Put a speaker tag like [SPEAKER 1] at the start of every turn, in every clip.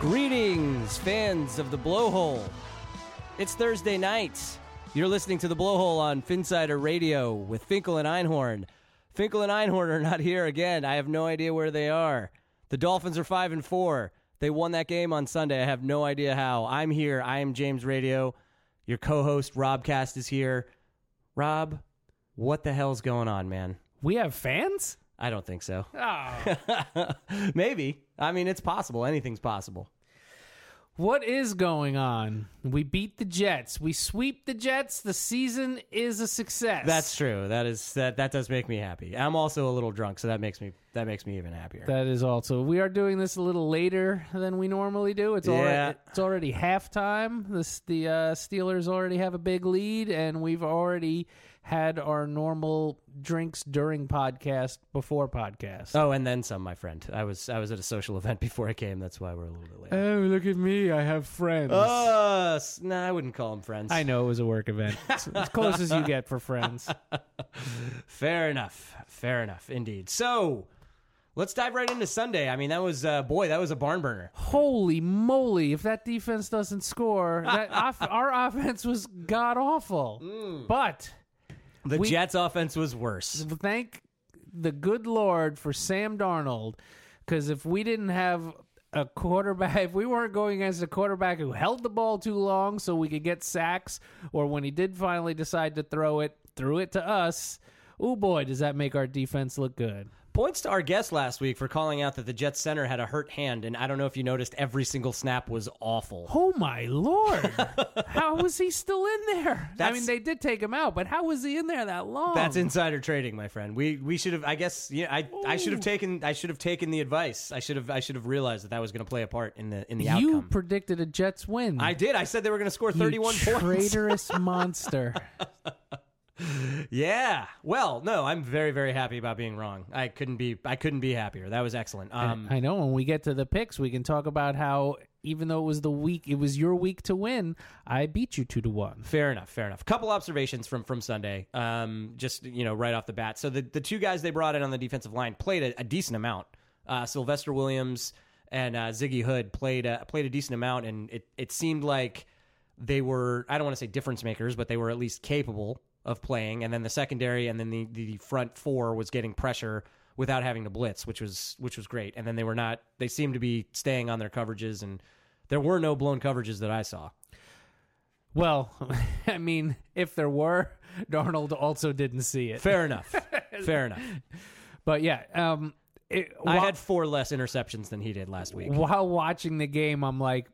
[SPEAKER 1] Greetings, fans of the Blowhole. It's Thursday night. You're listening to the Blowhole on Finsider Radio with Finkel and Einhorn. Finkel and Einhorn are not here again. I have no idea where they are. The Dolphins are five and four. They won that game on Sunday. I have no idea how. I'm here. I am James Radio. Your co-host Rob Cast is here. Rob, what the hell's going on, man?
[SPEAKER 2] We have fans?
[SPEAKER 1] I don't think so.
[SPEAKER 2] Oh.
[SPEAKER 1] Maybe. I mean, it's possible. Anything's possible.
[SPEAKER 2] what is going on? We beat the Jets. We sweep the Jets. The season is a success.
[SPEAKER 1] That's true. That is that that does make me happy. I'm also a little drunk, so that makes me that makes me even happier.
[SPEAKER 2] that is also. We are doing this a little later than we normally do. It's
[SPEAKER 1] Yeah.
[SPEAKER 2] already it's already halftime. This the uh, Steelers already have a big lead, and we've already had our normal drinks during podcast, before podcast.
[SPEAKER 1] oh, and then some, my friend. I was I was at a social event before I came. That's why we're a little bit late.
[SPEAKER 2] oh, look at me! I have friends.
[SPEAKER 1] Uh, s- nah, I wouldn't call them friends.
[SPEAKER 2] I know it was a work event. It's as close as you get for friends.
[SPEAKER 1] Fair enough. Fair enough, indeed. So, let's dive right into Sunday. I mean, that was uh, boy, that was a barn burner.
[SPEAKER 2] holy moly if that defense doesn't score that off, our offense was god awful but
[SPEAKER 1] The
[SPEAKER 2] We-
[SPEAKER 1] Jets' offense was worse.
[SPEAKER 2] thank the good lord for sam darnold because if we didn't have a quarterback if we weren't going against a quarterback who held the ball too long so we could get sacks or when he did finally decide to throw it threw it to us oh boy does that make our defense look good
[SPEAKER 1] Points to our guest last week for calling out that the Jets center had a hurt hand, and I don't know if you noticed, every single snap was awful.
[SPEAKER 2] Oh my lord! how was he still in there? I
[SPEAKER 1] That's-
[SPEAKER 2] mean, they did take him out, but how was he in there that long?
[SPEAKER 1] That's insider trading, my friend. We we should have. I guess. Yeah, I I should have taken. I should have taken the advice. I should have. I should have realized that that was going to play a part in the in the
[SPEAKER 2] You
[SPEAKER 1] outcome.
[SPEAKER 2] predicted a Jets win.
[SPEAKER 1] I did. I said they were going to score
[SPEAKER 2] You
[SPEAKER 1] thirty-one points.
[SPEAKER 2] traitorous monster.
[SPEAKER 1] Yeah. Well, no, I'm very very happy about being wrong. I couldn't be. I couldn't be happier. That was excellent. Um,
[SPEAKER 2] I know. When we get to the picks, we can talk about how even though it was the week, it was your week to win. I beat you two to one.
[SPEAKER 1] Fair enough. Fair enough. Couple observations from from Sunday. Um, just you know, right off the bat. So the the two guys they brought in on the defensive line played a, a decent amount. Uh, Sylvester Williams and uh, Ziggy Hood played a, played a decent amount, and it it seemed like they were. I don't want to say difference makers, but they were at least capable of playing. And then the secondary, and then the the front four was getting pressure without having to blitz, which was which was great. And then they were not. They seemed to be staying on their coverages, and there were no blown coverages that I saw.
[SPEAKER 2] Well, I mean, if there were, Darnold also didn't see it.
[SPEAKER 1] Fair enough. Fair enough.
[SPEAKER 2] But yeah, um, it,
[SPEAKER 1] I
[SPEAKER 2] wa-
[SPEAKER 1] had four less interceptions than he did last week.
[SPEAKER 2] while watching the game, I'm like,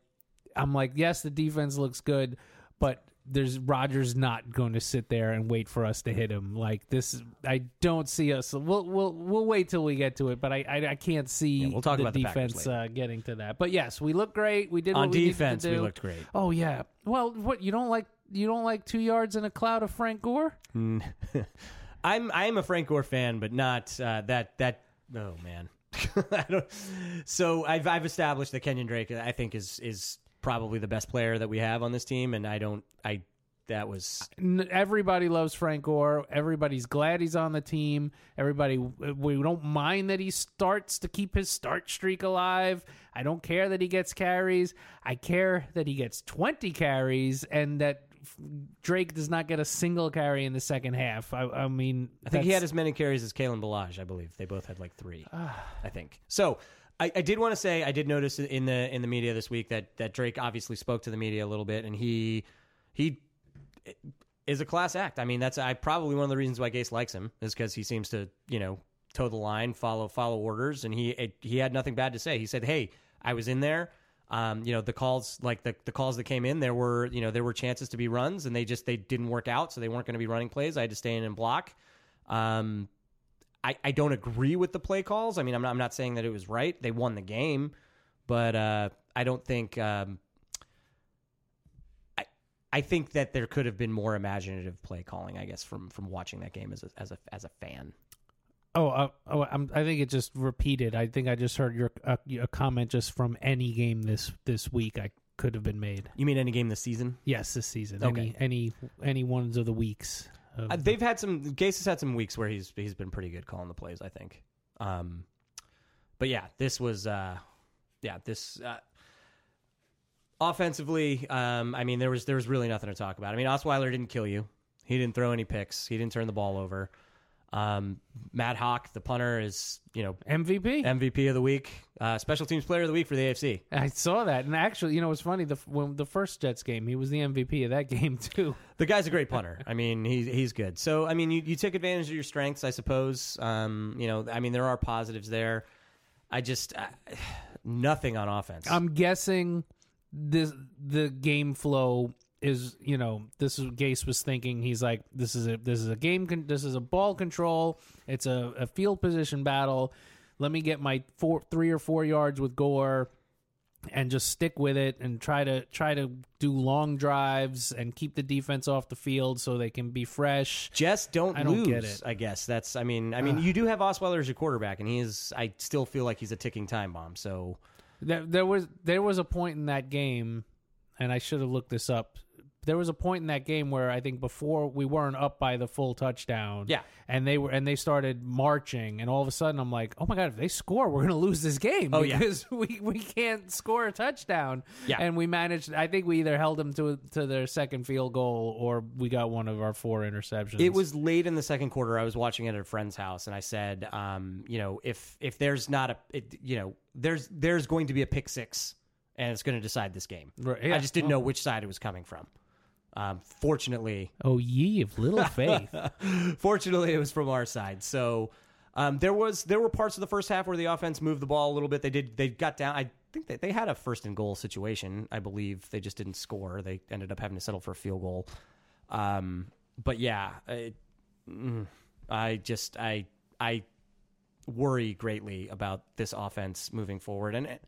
[SPEAKER 2] I'm like, yes, the defense looks good, but there's Rogers not going to sit there and wait for us to hit him. Like this, I don't see us. We'll we'll we'll wait till we get to it, but I I, I can't see
[SPEAKER 1] Yeah, we'll talk
[SPEAKER 2] the
[SPEAKER 1] about the Packers
[SPEAKER 2] defense uh, getting to that. But yes, we look great. We did
[SPEAKER 1] On
[SPEAKER 2] what we needed to
[SPEAKER 1] defense, we
[SPEAKER 2] do.
[SPEAKER 1] looked great.
[SPEAKER 2] Oh yeah. Well, what you don't like you don't like two yards in a cloud of Frank Gore.
[SPEAKER 1] I'm I'm a Frank Gore fan, but not uh, that that. Oh man, I don't. So I've I've established that Kenyon Drake I think is is probably the best player that we have on this team, and I don't I that was
[SPEAKER 2] N- Everybody loves Frank Gore. Everybody's glad he's on the team. Everybody, we don't mind that he starts to keep his start streak alive. I don't care that he gets carries. I care that he gets 20 carries and that f- Drake does not get a single carry in the second half. I, I mean,
[SPEAKER 1] I think he had as many carries as Kalen Balaj, I believe. They both had like three, I think. So I, I did want to say I did notice in the in the media this week that that Drake obviously spoke to the media a little bit, and he he eh, is a class act. I mean, that's I probably one of the reasons why Gase likes him is because he seems to you know toe the line, follow follow orders, and he it, he had nothing bad to say. He said, "Hey, I was in there." Um, you know the calls, like the, the calls that came in, there were you know there were chances to be runs, and they just they didn't work out, so they weren't going to be running plays. I had to stay in and block. Um, I, I don't agree with the play calls. I mean, I'm not, I'm not saying that it was right. They won the game, but uh, I don't think um, I I think that there could have been more imaginative play calling. I guess from from watching that game as a, as a as a fan.
[SPEAKER 2] Oh, uh, oh I'm, I think it just repeated. I think I just heard your uh, a comment just from any game this this week. I could have been made.
[SPEAKER 1] You mean any game this season?
[SPEAKER 2] Yes, this season.
[SPEAKER 1] Okay.
[SPEAKER 2] Any any any ones of the weeks. of
[SPEAKER 1] Uh,
[SPEAKER 2] the-
[SPEAKER 1] they've had some. Gase has had some weeks where he's he's been pretty good calling the plays. I think. Um, but yeah, this was. Uh, yeah, this. Uh, offensively, um, I mean, there was there was really nothing to talk about. I mean, Osweiler didn't kill you. He didn't throw any picks. He didn't turn the ball over. Um, Matt Hawk, the punter, is you know
[SPEAKER 2] MVP.
[SPEAKER 1] MVP of the week, uh, special teams player of the week for the AFC.
[SPEAKER 2] I saw that, and actually, you know, it's funny. The when the first Jets game, he was the MVP of that game too.
[SPEAKER 1] The guy's a great punter. I mean, he's he's good. So I mean, you, you take advantage of your strengths, I suppose. Um, you know, I mean, there are positives there. I just uh, nothing on offense.
[SPEAKER 2] I'm guessing this the game flow is you know this is Gase was thinking he's like this is a this is a game con- this is a ball control it's a, a field position battle let me get my four three or four yards with Gore and just stick with it and try to try to do long drives and keep the defense off the field so they can be fresh
[SPEAKER 1] just don't,
[SPEAKER 2] I don't
[SPEAKER 1] lose.
[SPEAKER 2] get it.
[SPEAKER 1] I guess that's. I mean, I mean, you do have Osweiler as your quarterback, and he is. I still feel like he's a ticking time bomb. So
[SPEAKER 2] There, there was there was a point in that game, and I should have looked this up. There was a point in that game where I think before we weren't up by the full touchdown.
[SPEAKER 1] Yeah.
[SPEAKER 2] and they were and they started marching, and all of a sudden I'm like, oh my god, if they score, we're gonna lose this game.
[SPEAKER 1] Oh, yeah.
[SPEAKER 2] because we we can't score a touchdown.
[SPEAKER 1] Yeah.
[SPEAKER 2] and we managed. I think we either held them to to their second field goal or we got one of our four interceptions.
[SPEAKER 1] It was late in the second quarter. I was watching it at a friend's house, and I said, um, you know, if if there's not a, it, you know, there's there's going to be a pick six, and it's going to decide this game.
[SPEAKER 2] Right, yeah.
[SPEAKER 1] I just didn't know which side it was coming from. Um, fortunately,
[SPEAKER 2] oh ye of little faith.
[SPEAKER 1] fortunately, it was from our side. So um, there was there were parts of the first half where the offense moved the ball a little bit. They did they got down. I think they, they had a first and goal situation. I believe they just didn't score. They ended up having to settle for a field goal. Um, but yeah, it, mm, I just I I worry greatly about this offense moving forward and. It,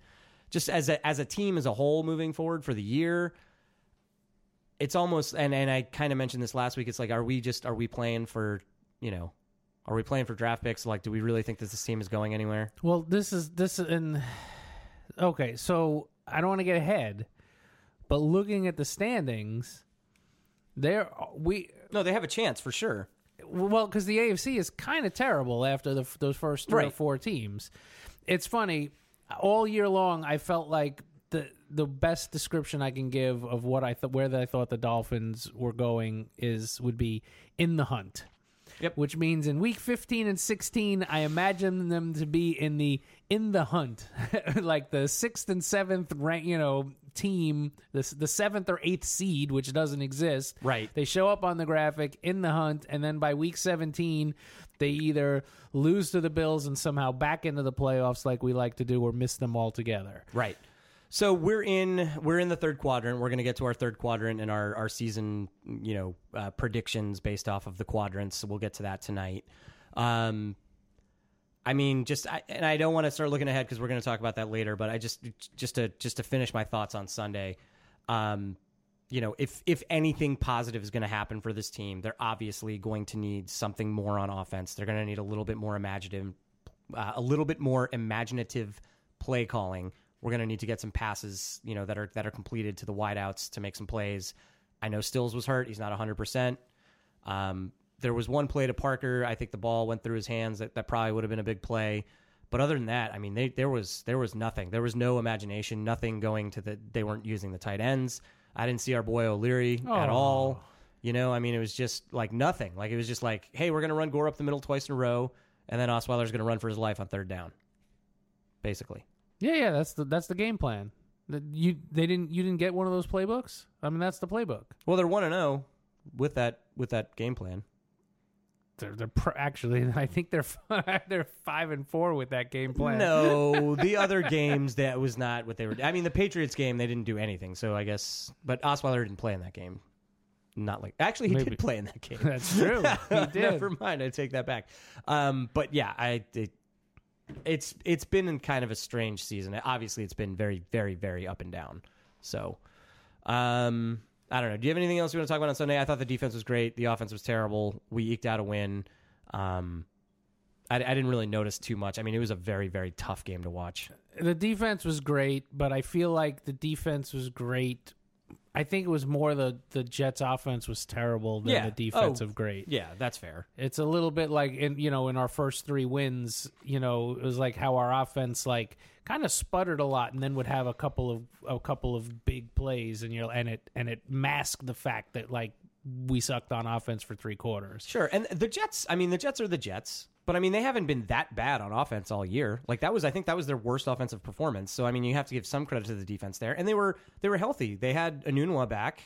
[SPEAKER 1] just as a, as a team as a whole moving forward for the year, it's almost and and I kind of mentioned this last week. It's like, are we just are we playing for you know, are we playing for draft picks? Like, do we really think that this team is going anywhere?
[SPEAKER 2] Well, this is this is- and okay. So I don't want to get ahead, but looking at the standings, there we
[SPEAKER 1] No, they have a chance for sure.
[SPEAKER 2] well because the AFC is kind of terrible after the, those first three or
[SPEAKER 1] Right.
[SPEAKER 2] four teams. It's funny. All year long, I felt like the the best description I can give of what I thought where I thought the Dolphins were going is would be in the hunt which means in week 15 and 16 i imagine them to be in the in the hunt like the sixth and seventh rank you know team the, s- the seventh or eighth seed which doesn't exist
[SPEAKER 1] Right.
[SPEAKER 2] they show up on the graphic in the hunt and then by week 17 they either lose to the bills and somehow back into the playoffs like we like to do or miss them altogether
[SPEAKER 1] Right. So we're in we're in the third quadrant. We're going to get to our third quadrant and our our season, you know, uh, predictions based off of the quadrants. We'll get to that tonight. Um, I mean, just I, and I don't want to start looking ahead because we're going to talk about that later. But I just just to just to finish my thoughts on Sunday, um, you know, if if anything positive is going to happen for this team, they're obviously going to need something more on offense. They're going to need a little bit more imaginative, uh, a little bit more imaginative play calling. We're going to need to get some passes, you know, that are that are completed to the wideouts to make some plays. I know Stills was hurt; he's not hundred percent. Um, there was one play to Parker. I think the ball went through his hands. That, that probably would have been a big play. But other than that, I mean, they, there was there was nothing. There was no imagination. Nothing going to the. They weren't using the tight ends. I didn't see our boy O'Leary at
[SPEAKER 2] Oh.
[SPEAKER 1] all. You know, I mean, it was just like nothing. Like it was just like, hey, we're gonna run Gore up the middle twice in a row, and then Osweiler's gonna run for his life on third down. Basically,
[SPEAKER 2] Yeah, yeah, that's the that's the game plan. That you they didn't you didn't get one of those playbooks. I mean, that's the playbook.
[SPEAKER 1] well, they're one and zero with that with that game plan.
[SPEAKER 2] They're, they're pr- actually, I think they're fi- they're five and four with that game plan.
[SPEAKER 1] No, the other games that was not what they were. I mean, the Patriots game they didn't do anything. So I guess, but Osweiler didn't play in that game. Not like actually he
[SPEAKER 2] Maybe.
[SPEAKER 1] did play in that game.
[SPEAKER 2] that's true. He did.
[SPEAKER 1] Never mind, I take that back. Um, but yeah, I it, it's it's been in kind of a strange season. Obviously, it's been very very very up and down. So, um, I don't know. Do you have anything else you want to talk about on Sunday? I thought the defense was great. The offense was terrible. We eked out a win. Um, I, I didn't really notice too much. I mean, it was a very very tough game to watch.
[SPEAKER 2] the defense was great, but I feel like the defense was great. I think it was more the the Jets' offense was terrible than
[SPEAKER 1] Yeah.
[SPEAKER 2] the defense
[SPEAKER 1] Oh.
[SPEAKER 2] of great.
[SPEAKER 1] Yeah, that's fair.
[SPEAKER 2] It's a little bit like in you know in our first three wins, you know, it was like how our offense like kind of sputtered a lot, and then would have a couple of a couple of big plays, and you know, and it and it masked the fact that like we sucked on offense for three quarters.
[SPEAKER 1] Sure. And the Jets, I mean, the Jets are the Jets, but I mean, they haven't been that bad on offense all year. Like that was, I think that was their worst offensive performance. So I mean, you have to give some credit to the defense there. And they were they were healthy. They had Anunwa back,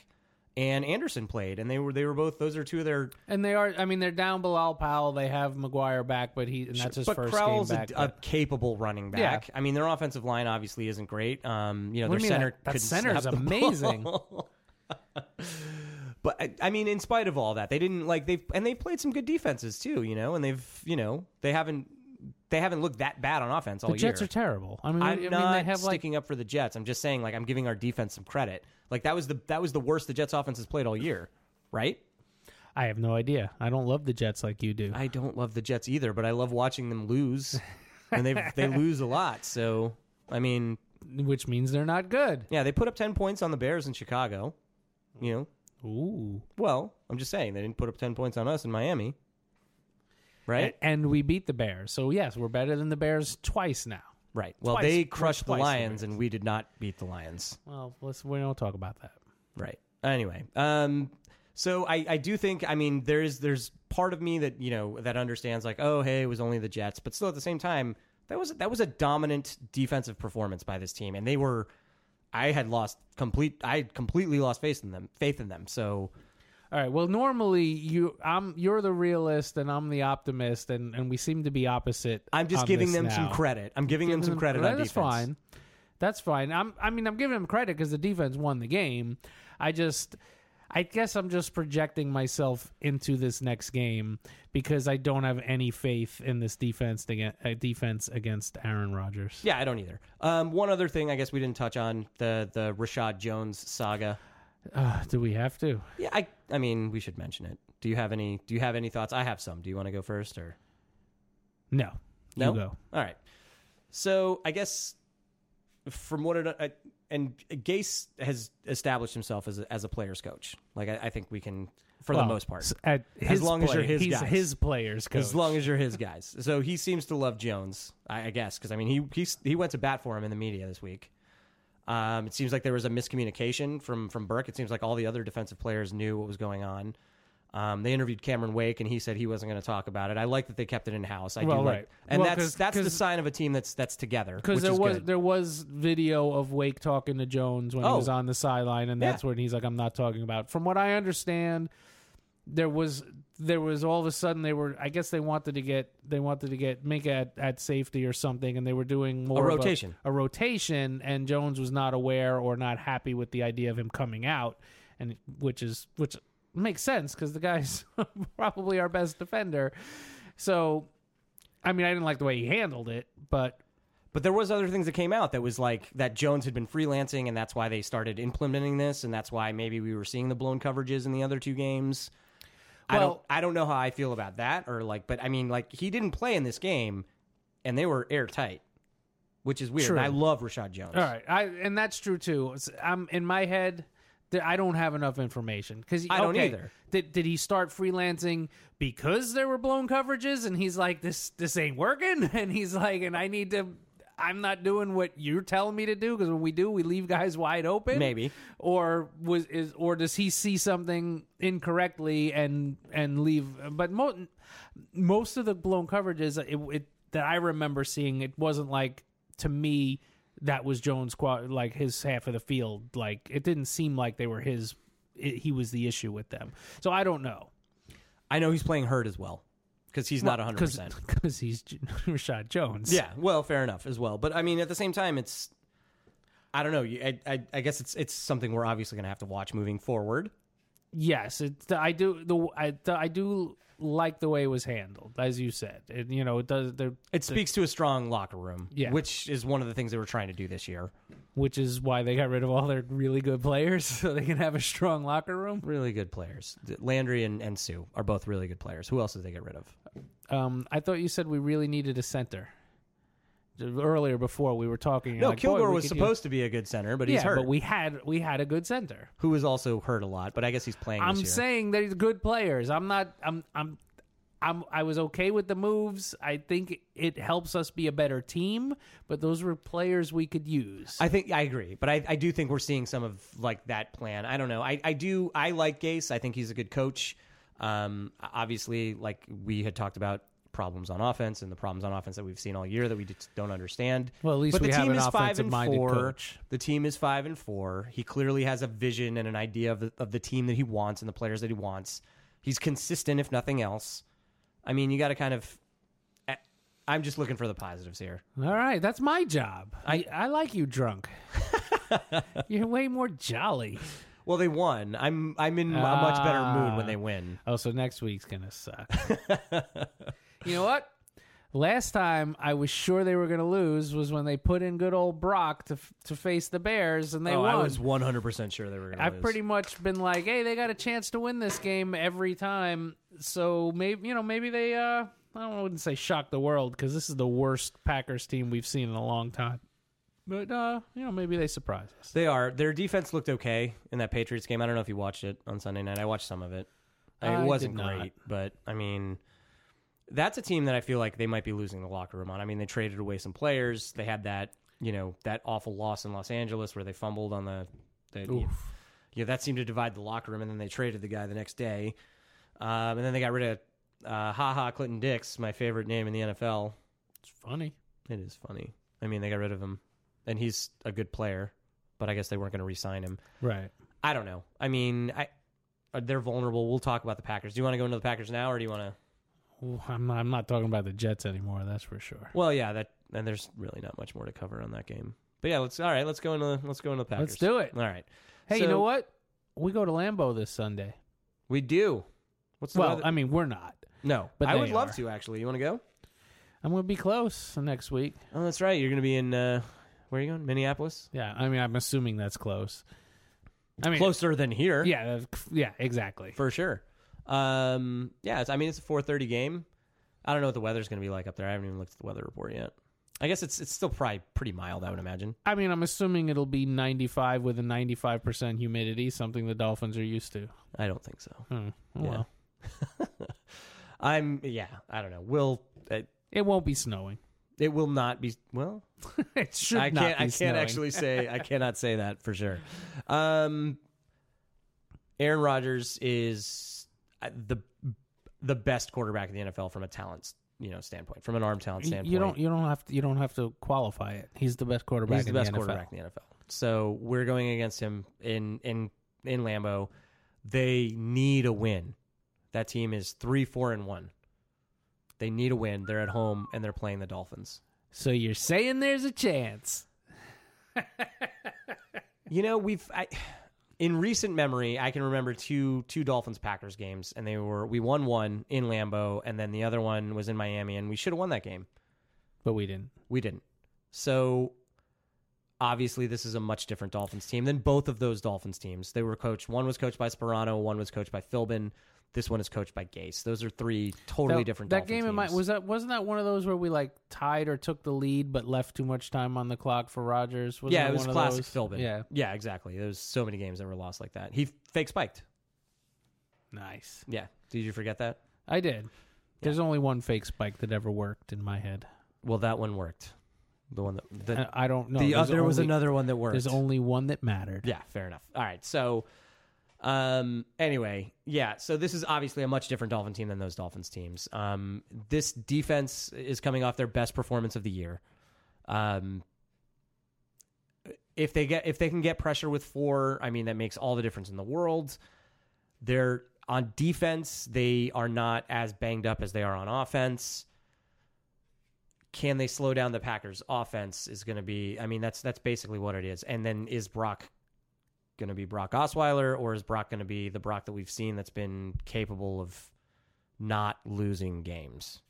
[SPEAKER 1] and Anderson played, and they were they were both. Those are two of their.
[SPEAKER 2] And they are, I mean, they're down Bilal Powell. They have McGuire back, but he and that's his
[SPEAKER 1] but
[SPEAKER 2] first
[SPEAKER 1] Crowell's
[SPEAKER 2] game back.
[SPEAKER 1] a, uh,
[SPEAKER 2] but-
[SPEAKER 1] a capable running
[SPEAKER 2] Yeah.
[SPEAKER 1] back. I mean, their offensive line obviously isn't great. Um, you know, their
[SPEAKER 2] What do you mean
[SPEAKER 1] center
[SPEAKER 2] that- that
[SPEAKER 1] couldn't
[SPEAKER 2] center's
[SPEAKER 1] snap the
[SPEAKER 2] amazing.
[SPEAKER 1] ball. but I, I mean, in spite of all that, they didn't like they've and they played some good defenses too. You know, and they've you know they haven't they haven't looked that bad on offense all
[SPEAKER 2] the Jets
[SPEAKER 1] year.
[SPEAKER 2] are terrible. I mean, I
[SPEAKER 1] I'm
[SPEAKER 2] mean,
[SPEAKER 1] not
[SPEAKER 2] they have like
[SPEAKER 1] sticking up for the Jets. I'm just saying, like, I'm giving our defense some credit. Like that was the that was the worst the Jets offense has played all year, right?
[SPEAKER 2] I have no idea. I don't love the Jets like you do.
[SPEAKER 1] I don't love the Jets either, but I love watching them lose, and they they lose a lot. So I mean,
[SPEAKER 2] which means they're not good.
[SPEAKER 1] yeah, they put up ten points on the Bears in Chicago. You know,
[SPEAKER 2] Ooh.
[SPEAKER 1] well, I'm just saying they didn't put up ten points on us in Miami, right?
[SPEAKER 2] A- And we beat the Bears. So yes, we're better than the Bears twice now.
[SPEAKER 1] right. Well,
[SPEAKER 2] Twice.
[SPEAKER 1] they
[SPEAKER 2] We're
[SPEAKER 1] crushed the
[SPEAKER 2] twice the
[SPEAKER 1] Lions,
[SPEAKER 2] Bears.
[SPEAKER 1] and we did not beat the Lions.
[SPEAKER 2] Well, let's we don't talk about that.
[SPEAKER 1] Right. Anyway, um, so I, I do think I mean there's there's part of me that you know that understands like oh hey it was only the Jets, but still at the same time that was that was a dominant defensive performance by this team, and they were I had lost complete I had completely lost faith in them faith in them. So
[SPEAKER 2] All right. Well, normally you I'm you're the realist and I'm the optimist and and we seem to be opposite.
[SPEAKER 1] I'm just
[SPEAKER 2] on
[SPEAKER 1] giving
[SPEAKER 2] this
[SPEAKER 1] them some
[SPEAKER 2] now.
[SPEAKER 1] credit. I'm giving them some credit on
[SPEAKER 2] That's
[SPEAKER 1] defense.
[SPEAKER 2] fine. That's fine. I'm. I mean, I'm giving them credit because the defense won the game. I just. I guess I'm just projecting myself into this next game because I don't have any faith in this defense to get, uh, defense against Aaron Rodgers.
[SPEAKER 1] Yeah, I don't either. Um, one other thing I guess we didn't touch on the the Rashad Jones saga.
[SPEAKER 2] Uh, do we have to?
[SPEAKER 1] Yeah, I I mean we should mention it. Do you have any Do you have any thoughts? I have some. Do you want to go first or?
[SPEAKER 2] No.
[SPEAKER 1] No.
[SPEAKER 2] You go.
[SPEAKER 1] All right. So I guess from what it I, and Gase has established himself as a, as a player's coach. Like I, I think we can for
[SPEAKER 2] Well,
[SPEAKER 1] the most part.
[SPEAKER 2] s- At his
[SPEAKER 1] long as you're
[SPEAKER 2] play-
[SPEAKER 1] his
[SPEAKER 2] he's
[SPEAKER 1] guys.
[SPEAKER 2] his players. Coach.
[SPEAKER 1] As long as you're his guys, so he seems to love Jones, I, I guess. Because I mean, he he's, he went to bat for him in the media this week. Um, it seems like there was a miscommunication from from Burke. It seems like all the other defensive players knew what was going on. Um, they interviewed Cameron Wake, and he said he wasn't going to talk about it. I like that they kept it in house. I
[SPEAKER 2] Well,
[SPEAKER 1] do like,
[SPEAKER 2] right.
[SPEAKER 1] and
[SPEAKER 2] Well,
[SPEAKER 1] that's
[SPEAKER 2] 'cause-
[SPEAKER 1] that's the
[SPEAKER 2] 'cause-
[SPEAKER 1] sign of a team that's that's together.
[SPEAKER 2] because
[SPEAKER 1] which
[SPEAKER 2] there
[SPEAKER 1] is
[SPEAKER 2] was
[SPEAKER 1] good.
[SPEAKER 2] there was video of Wake talking to Jones when he
[SPEAKER 1] Oh.
[SPEAKER 2] was on the sideline, and that's
[SPEAKER 1] Yeah.
[SPEAKER 2] when he's like, "I'm not talking about." From what I understand, there was there was all of a sudden they were I guess they wanted to get they wanted to get Minka at, at safety or something and they were doing more of
[SPEAKER 1] rotation.
[SPEAKER 2] a, rotation and Jones was not aware or not happy with the idea of him coming out and which is which makes sense because the guy's probably our best defender so I mean I didn't like the way he handled it but
[SPEAKER 1] But there was other things that came out that was like that Jones had been freelancing, and that's why they started implementing this, and that's why maybe we were seeing the blown coverages in the other two games. I don't,
[SPEAKER 2] Well-
[SPEAKER 1] I don't know how I feel about that, or like, but I mean, like he didn't play in this game, and they were airtight, which is weird.
[SPEAKER 2] True.
[SPEAKER 1] And I love Rashad Jones.
[SPEAKER 2] All right, I and that's true too. It's- I'm in my head. th- I don't have enough information because
[SPEAKER 1] I don't either.
[SPEAKER 2] Did did he start freelancing because there were blown coverages, and he's like, this this ain't working, and he's like, and I need to. I'm not doing what you're telling me to do because when we do, we leave guys wide open.
[SPEAKER 1] Maybe.
[SPEAKER 2] or was is or does he see something incorrectly and and leave? But mo- most of the blown coverages it, it, that I remember seeing, it wasn't like to me that was Jones' qua like his half of the field. Like it didn't seem like they were his. It, he was the issue with them. So I don't know
[SPEAKER 1] I know he's playing hurt as well because he's not hundred percent.
[SPEAKER 2] because he's J- Rashad Jones.
[SPEAKER 1] Yeah, well, fair enough as well. But I mean, at the same time, it's I don't know. You- I, I, I guess it's it's something we're obviously going to have to watch moving forward.
[SPEAKER 2] Yes, it, the- I do. The I the, I do like the way it was handled, as you said. It, you know, it does. There,
[SPEAKER 1] It speaks to a strong locker room,
[SPEAKER 2] Yeah.
[SPEAKER 1] which is one of the things they were trying to do this year.
[SPEAKER 2] which is why they got rid of all their really good players so they can have a strong locker room.
[SPEAKER 1] Really good players. Landry and, and Sue are both really good players. Who else did they get rid of?
[SPEAKER 2] Um, I thought you said we really needed a center earlier before we were talking. you're
[SPEAKER 1] no,
[SPEAKER 2] like, boy,
[SPEAKER 1] Kilgore
[SPEAKER 2] we
[SPEAKER 1] was
[SPEAKER 2] could
[SPEAKER 1] supposed to be a good center, but
[SPEAKER 2] use-
[SPEAKER 1] he's
[SPEAKER 2] yeah,
[SPEAKER 1] hurt.
[SPEAKER 2] but we had we had a good center.
[SPEAKER 1] who is also hurt a lot, but I guess he's playing
[SPEAKER 2] I'm
[SPEAKER 1] this year.
[SPEAKER 2] saying they're good players. I'm not. I'm. I'm. I'm, I was okay with the moves. I think it helps us be a better team, but those were players we could use.
[SPEAKER 1] I think I agree, but I, I do think we're seeing some of like that plan. I don't know. I, I do. I like Gase. I think he's a good coach. Um, obviously, like we had talked about problems on offense and the problems on offense that we've seen all year that we just don't understand.
[SPEAKER 2] Well, at least
[SPEAKER 1] but
[SPEAKER 2] we
[SPEAKER 1] the
[SPEAKER 2] have
[SPEAKER 1] team
[SPEAKER 2] an
[SPEAKER 1] is five and
[SPEAKER 2] offensive-minded
[SPEAKER 1] four.
[SPEAKER 2] coach.
[SPEAKER 1] The team is five and four. He clearly has a vision and an idea of the, of the team that he wants and the players that he wants. He's consistent, if nothing else. I mean, you got to kind of. I- I'm just looking for the positives here.
[SPEAKER 2] All right, that's my job. I, I like you drunk. You're way more jolly.
[SPEAKER 1] Well, they won. I'm I'm in a much better mood when they win.
[SPEAKER 2] Oh, so next week's gonna suck. you know what? Last time I was sure they were gonna lose was when they put in good old Brock to f- to face the Bears and they
[SPEAKER 1] oh,
[SPEAKER 2] won.
[SPEAKER 1] I was 100 percent sure they were going to.
[SPEAKER 2] I've pretty much been like, hey, they got a chance to win this game every time. So maybe you know maybe they uh I don't I wouldn't say shock the world because this is the worst Packers team we've seen in a long time. But uh, you know maybe they surprise us.
[SPEAKER 1] They are. Their defense looked okay in that Patriots game. I don't know if you watched it on Sunday night. I watched some of it.
[SPEAKER 2] I
[SPEAKER 1] it wasn't
[SPEAKER 2] did not.
[SPEAKER 1] great, but I mean, that's a team that I feel like they might be losing the locker room on. I mean, they traded away some players. They had that you know that awful loss in Los Angeles where they fumbled on the. the Yeah, that seemed to divide the locker room, and then they traded the guy the next day, um, and then they got rid of. Uh, ha ha, Clinton Dix, my favorite name in the NFL.
[SPEAKER 2] It's funny.
[SPEAKER 1] It is funny. I mean, they got rid of him, and he's a good player, but I guess they weren't going to re-sign him.
[SPEAKER 2] Right.
[SPEAKER 1] I don't know. I mean, I uh, they're vulnerable. We'll talk about the Packers. Do you want to go into the Packers now, or do you want to?
[SPEAKER 2] I'm not, I'm not talking about the Jets anymore, that's for sure.
[SPEAKER 1] Well, yeah, that and there's really not much more to cover on that game. But yeah, let's all right. Let's go into the, let's go into the Packers.
[SPEAKER 2] Let's do it.
[SPEAKER 1] All right.
[SPEAKER 2] Hey,
[SPEAKER 1] So,
[SPEAKER 2] you know what? We go to Lambeau this Sunday.
[SPEAKER 1] We do. What's the
[SPEAKER 2] Well,
[SPEAKER 1] weather-
[SPEAKER 2] I mean, we're not.
[SPEAKER 1] no,
[SPEAKER 2] but
[SPEAKER 1] I
[SPEAKER 2] they
[SPEAKER 1] would love
[SPEAKER 2] are.
[SPEAKER 1] to actually. You want to go?
[SPEAKER 2] I'm going to be close next week.
[SPEAKER 1] Oh, that's right. You're going to be in. Uh, where are you going? Minneapolis.
[SPEAKER 2] Yeah, I mean, I'm assuming that's close. I mean,
[SPEAKER 1] Closer than here.
[SPEAKER 2] Yeah, that's- yeah, exactly.
[SPEAKER 1] for sure. Um, yeah, it's, I mean it's a 4:30 game. I don't know what the weather's going to be like up there. I haven't even looked at the weather report yet. I guess it's it's still probably pretty mild. I would imagine.
[SPEAKER 2] I mean, I'm assuming it'll be 95 with a 95% humidity, something the Dolphins are used to.
[SPEAKER 1] I don't think so.
[SPEAKER 2] Hmm. Oh,
[SPEAKER 1] Yeah.
[SPEAKER 2] Well,
[SPEAKER 1] I'm yeah. I don't know. Will it,
[SPEAKER 2] it won't be snowing.
[SPEAKER 1] it will not be well.
[SPEAKER 2] it should
[SPEAKER 1] I
[SPEAKER 2] not
[SPEAKER 1] can't.
[SPEAKER 2] be
[SPEAKER 1] I
[SPEAKER 2] snowing.
[SPEAKER 1] can't actually say. I cannot say that for sure. Um, Aaron Rodgers is uh, the the best quarterback in the NFL from a talent you know standpoint, from an arm talent
[SPEAKER 2] You-
[SPEAKER 1] standpoint.
[SPEAKER 2] You don't. You don't have to. You don't have to qualify it. He's the best quarterback.
[SPEAKER 1] He's the
[SPEAKER 2] in
[SPEAKER 1] best
[SPEAKER 2] NFL.
[SPEAKER 1] quarterback in the NFL. So we're going against him in in in Lambeau. They need a win. That team is three, four, and one. They need a win. They're at home and they're playing the Dolphins.
[SPEAKER 2] So you're saying there's a chance.
[SPEAKER 1] You know, we've I, in recent memory, I can remember two two Dolphins Packers games, and they were we won one in Lambeau, and then the other one was in Miami, and we should have won that game.
[SPEAKER 2] But we didn't.
[SPEAKER 1] We didn't. So obviously, this is a much different Dolphins team than both of those Dolphins teams. They were coached. One was coached by Sperano. One was coached by Philbin. This one is coached by Gase. Those are three totally
[SPEAKER 2] that,
[SPEAKER 1] different.
[SPEAKER 2] That
[SPEAKER 1] Dolphin
[SPEAKER 2] game
[SPEAKER 1] teams.
[SPEAKER 2] in my was that wasn't that one of those where we like tied or took the lead but left too much time on the clock for Rogers?
[SPEAKER 1] yeah, it was classic Philbin.
[SPEAKER 2] Yeah,
[SPEAKER 1] yeah, exactly. There was so many games that were lost like that. He fake spiked.
[SPEAKER 2] nice.
[SPEAKER 1] Yeah. Did you forget that?
[SPEAKER 2] I did. There's only one fake spike that ever worked in my head.
[SPEAKER 1] Well, that one worked. The one that the,
[SPEAKER 2] And I don't know.
[SPEAKER 1] the
[SPEAKER 2] Uh, There's
[SPEAKER 1] other was
[SPEAKER 2] only-
[SPEAKER 1] another one that worked.
[SPEAKER 2] There's only one that mattered.
[SPEAKER 1] Yeah, fair enough. All right. So, um, anyway, yeah. So this is obviously a much different Dolphin team than those Dolphins teams. Um, this defense is coming off their best performance of the year. Um, if they get if they can get pressure with four, I mean that makes all the difference in the world. They're on defense. They are not as banged up as they are on offense. Can they slow down the Packers' offense? Is going to be. I mean, that's that's basically what it is. And then is Brock going to be Brock Osweiler, or is Brock going to be the Brock that we've seen that's been capable of not losing games?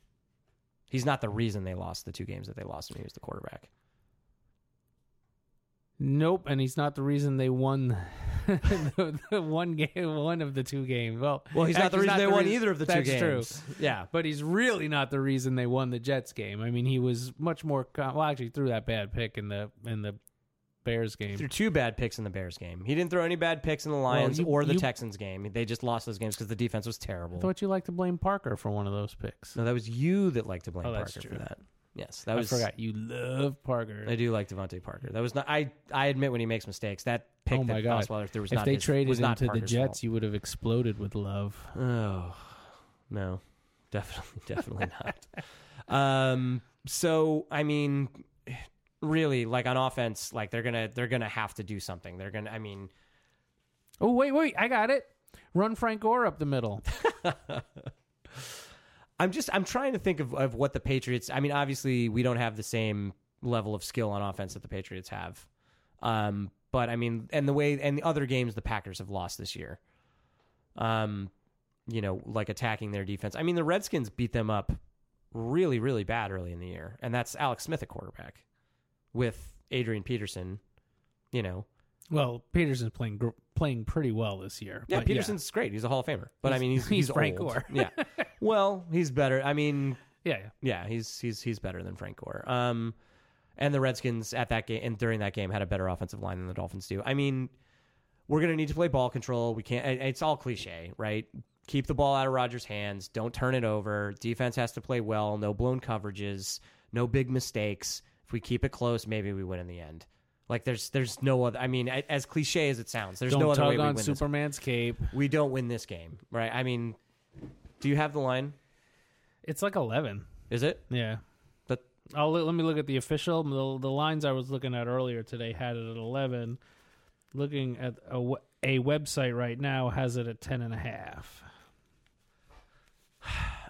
[SPEAKER 1] He's not the reason they lost the two games that they lost when he was the quarterback.
[SPEAKER 2] Nope, and he's not the reason they won the, the one game, one of the two games. Well,
[SPEAKER 1] Well, he's not the
[SPEAKER 2] actually,
[SPEAKER 1] reason they won
[SPEAKER 2] reas-
[SPEAKER 1] either of the two
[SPEAKER 2] that's
[SPEAKER 1] games.
[SPEAKER 2] True.
[SPEAKER 1] Yeah.
[SPEAKER 2] But he's really not the reason they won the Jets game. I mean, he was much more. Com- well, actually, he threw that bad pick in the in the Bears game.
[SPEAKER 1] Threw two bad picks in the Bears game. He didn't throw any bad picks in the Lions
[SPEAKER 2] you-
[SPEAKER 1] or the
[SPEAKER 2] you-
[SPEAKER 1] Texans game. They just lost those games because the defense was terrible.
[SPEAKER 2] I thought you like to blame Parker for one of those picks.
[SPEAKER 1] no, that was you that liked to blame
[SPEAKER 2] Oh, that's
[SPEAKER 1] Parker for
[SPEAKER 2] true.
[SPEAKER 1] that. Yes, that
[SPEAKER 2] I
[SPEAKER 1] was
[SPEAKER 2] forgot you love Parker.
[SPEAKER 1] I do like Devontae Parker. That was not. I I admit when he makes mistakes. That pick
[SPEAKER 2] oh my
[SPEAKER 1] that
[SPEAKER 2] god!
[SPEAKER 1] Osweiler threw was
[SPEAKER 2] if
[SPEAKER 1] not
[SPEAKER 2] they
[SPEAKER 1] his,
[SPEAKER 2] traded
[SPEAKER 1] was
[SPEAKER 2] him
[SPEAKER 1] not
[SPEAKER 2] to the
[SPEAKER 1] Parker's
[SPEAKER 2] Jets,
[SPEAKER 1] fault.
[SPEAKER 2] you would have exploded with love.
[SPEAKER 1] Oh no, definitely, definitely not. Um, so I mean, really, like on offense, like they're gonna they're gonna have to do something. They're gonna. I mean,
[SPEAKER 2] Oh wait, wait! I got it. Run Frank Gore up the middle.
[SPEAKER 1] I'm just I'm trying to think of of what the Patriots. I mean, obviously, we don't have the same level of skill on offense that the Patriots have. Um, but I mean, and the way and the other games the Packers have lost this year. Um, you know, like attacking their defense. I mean, the Redskins beat them up really, really bad early in the year, and that's Alex Smith at quarterback with Adrian Peterson. You know,
[SPEAKER 2] Well, Peterson's playing gr- playing pretty well this year.
[SPEAKER 1] yeah,
[SPEAKER 2] but
[SPEAKER 1] Peterson's great. He's a Hall of Famer, but I
[SPEAKER 2] He's-
[SPEAKER 1] mean, he's
[SPEAKER 2] he's
[SPEAKER 1] he's,
[SPEAKER 2] Frank
[SPEAKER 1] old.
[SPEAKER 2] Gore.
[SPEAKER 1] yeah, well, he's better. I mean,
[SPEAKER 2] Yeah, yeah.
[SPEAKER 1] Yeah, he's he's he's better than Frank Gore. Um, and the Redskins at that game and during that game had a better offensive line than the Dolphins do. I mean, we're gonna need to play ball control. We can't. it- It's all cliche, right? Keep the ball out of Rogers' hands. Don't turn it over. Defense has to play well. No blown coverages. No big mistakes. If we keep it close, maybe we win in the end. Like there's there's no other. I mean, a- as cliche as it sounds, there's
[SPEAKER 2] Don't
[SPEAKER 1] no other
[SPEAKER 2] tug
[SPEAKER 1] way we
[SPEAKER 2] on
[SPEAKER 1] win. this-
[SPEAKER 2] Superman's cape.
[SPEAKER 1] we don't win this game, right? I mean, do you have the line?
[SPEAKER 2] It's like eleven.
[SPEAKER 1] Is it
[SPEAKER 2] Yeah.
[SPEAKER 1] that
[SPEAKER 2] I'll let, let me look at the official. The, the lines I was looking at earlier today had it at eleven. Looking at a, we- a website right now has it at ten and a half.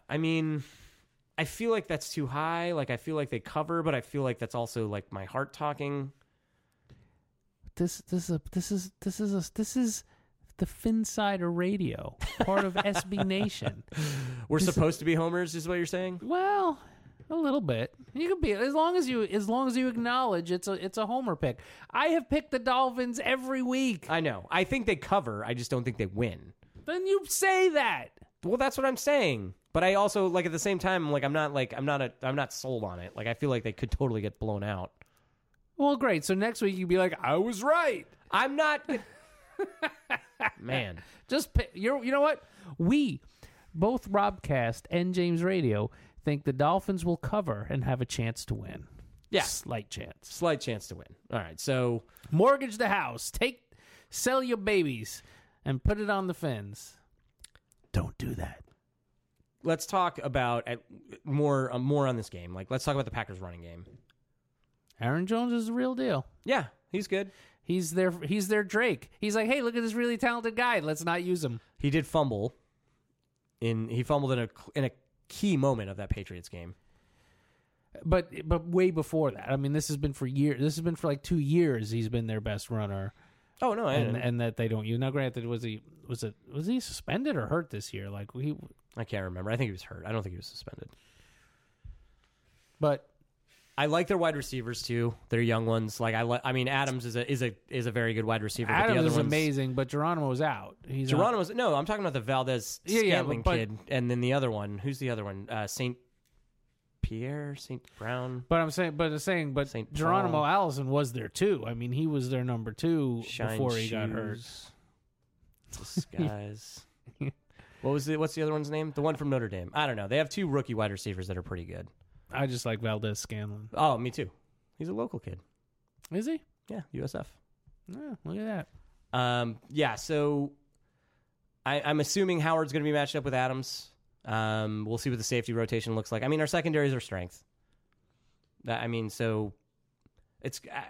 [SPEAKER 1] I mean, I feel like that's too high. Like I feel like they cover, but I feel like that's also like my heart talking.
[SPEAKER 2] This this is a, this is this is a, this is the Finsider Radio, part of SB Nation.
[SPEAKER 1] We're supposed to be homers, is what you're saying?
[SPEAKER 2] Well, a little bit. You can be as long as you as long as you acknowledge it's a it's a homer pick. I have picked the Dolphins every week.
[SPEAKER 1] I know. I think they cover. I just don't think they win.
[SPEAKER 2] Then you say that.
[SPEAKER 1] Well, that's what I'm saying. But I also like at the same time, like I'm not like I'm not a I'm not sold on it. Like I feel like they could totally get blown out.
[SPEAKER 2] Well, great. So next week you'd be like, I was right.
[SPEAKER 1] I'm not. Man,
[SPEAKER 2] Just pick, you're, you know what? We, both Robcast and James Radio, think the Dolphins will cover and have a chance to win.
[SPEAKER 1] Yeah.
[SPEAKER 2] slight chance.
[SPEAKER 1] slight chance to win. All right, so
[SPEAKER 2] Mortgage the house. Take, sell your babies, and put it on the fins. Don't do that.
[SPEAKER 1] let's talk about uh, more uh, more on this game. Like let's talk about the Packers running game.
[SPEAKER 2] Aaron Jones is the real deal.
[SPEAKER 1] Yeah, he's good.
[SPEAKER 2] He's their he's their Drake. He's like, hey, look at this really talented guy. Let's not use him.
[SPEAKER 1] He did fumble. in he fumbled in a in a key moment of that Patriots game.
[SPEAKER 2] but but way before that. I mean, this has been for years. This has been for like two years. He's been their best runner,
[SPEAKER 1] Oh no, I,
[SPEAKER 2] and and that they don't use. Now, granted, was he was it was he suspended or hurt this year? Like he,
[SPEAKER 1] I can't remember. I think he was hurt. I don't think he was suspended.
[SPEAKER 2] but
[SPEAKER 1] I like their wide receivers too. Their young ones. Like I, li- I mean, Adams is a is a is a very good wide receiver. but the
[SPEAKER 2] Adams
[SPEAKER 1] other
[SPEAKER 2] was
[SPEAKER 1] ones,
[SPEAKER 2] amazing, but Geronimo's out. He's not-
[SPEAKER 1] Geronimo's no. I'm talking about the Valdez
[SPEAKER 2] Yeah, yeah,
[SPEAKER 1] Scantling
[SPEAKER 2] but-
[SPEAKER 1] kid, and then the other one. Who's the other one? Uh, Saint Pierre, Saint Brown.
[SPEAKER 2] But I'm saying, but I'm saying, but
[SPEAKER 1] Saint
[SPEAKER 2] Geronimo
[SPEAKER 1] Paul.
[SPEAKER 2] Allison was there too. I mean, he was their number two
[SPEAKER 1] Shine
[SPEAKER 2] before he got hurt.
[SPEAKER 1] shoes. Disguise. what was the What's the other one's name? The one from Notre Dame. I don't know. They have two rookie wide receivers that are pretty good.
[SPEAKER 2] I just like Valdez Scanlon.
[SPEAKER 1] Oh, me too. He's a local kid.
[SPEAKER 2] Is he?
[SPEAKER 1] Yeah, USF.
[SPEAKER 2] Yeah, look at that.
[SPEAKER 1] Um, yeah, so I, I'm assuming Howard's going to be matched up with Adams. Um, we'll see what the safety rotation looks like. I mean, our secondaries are strength. That I mean, so it's. I,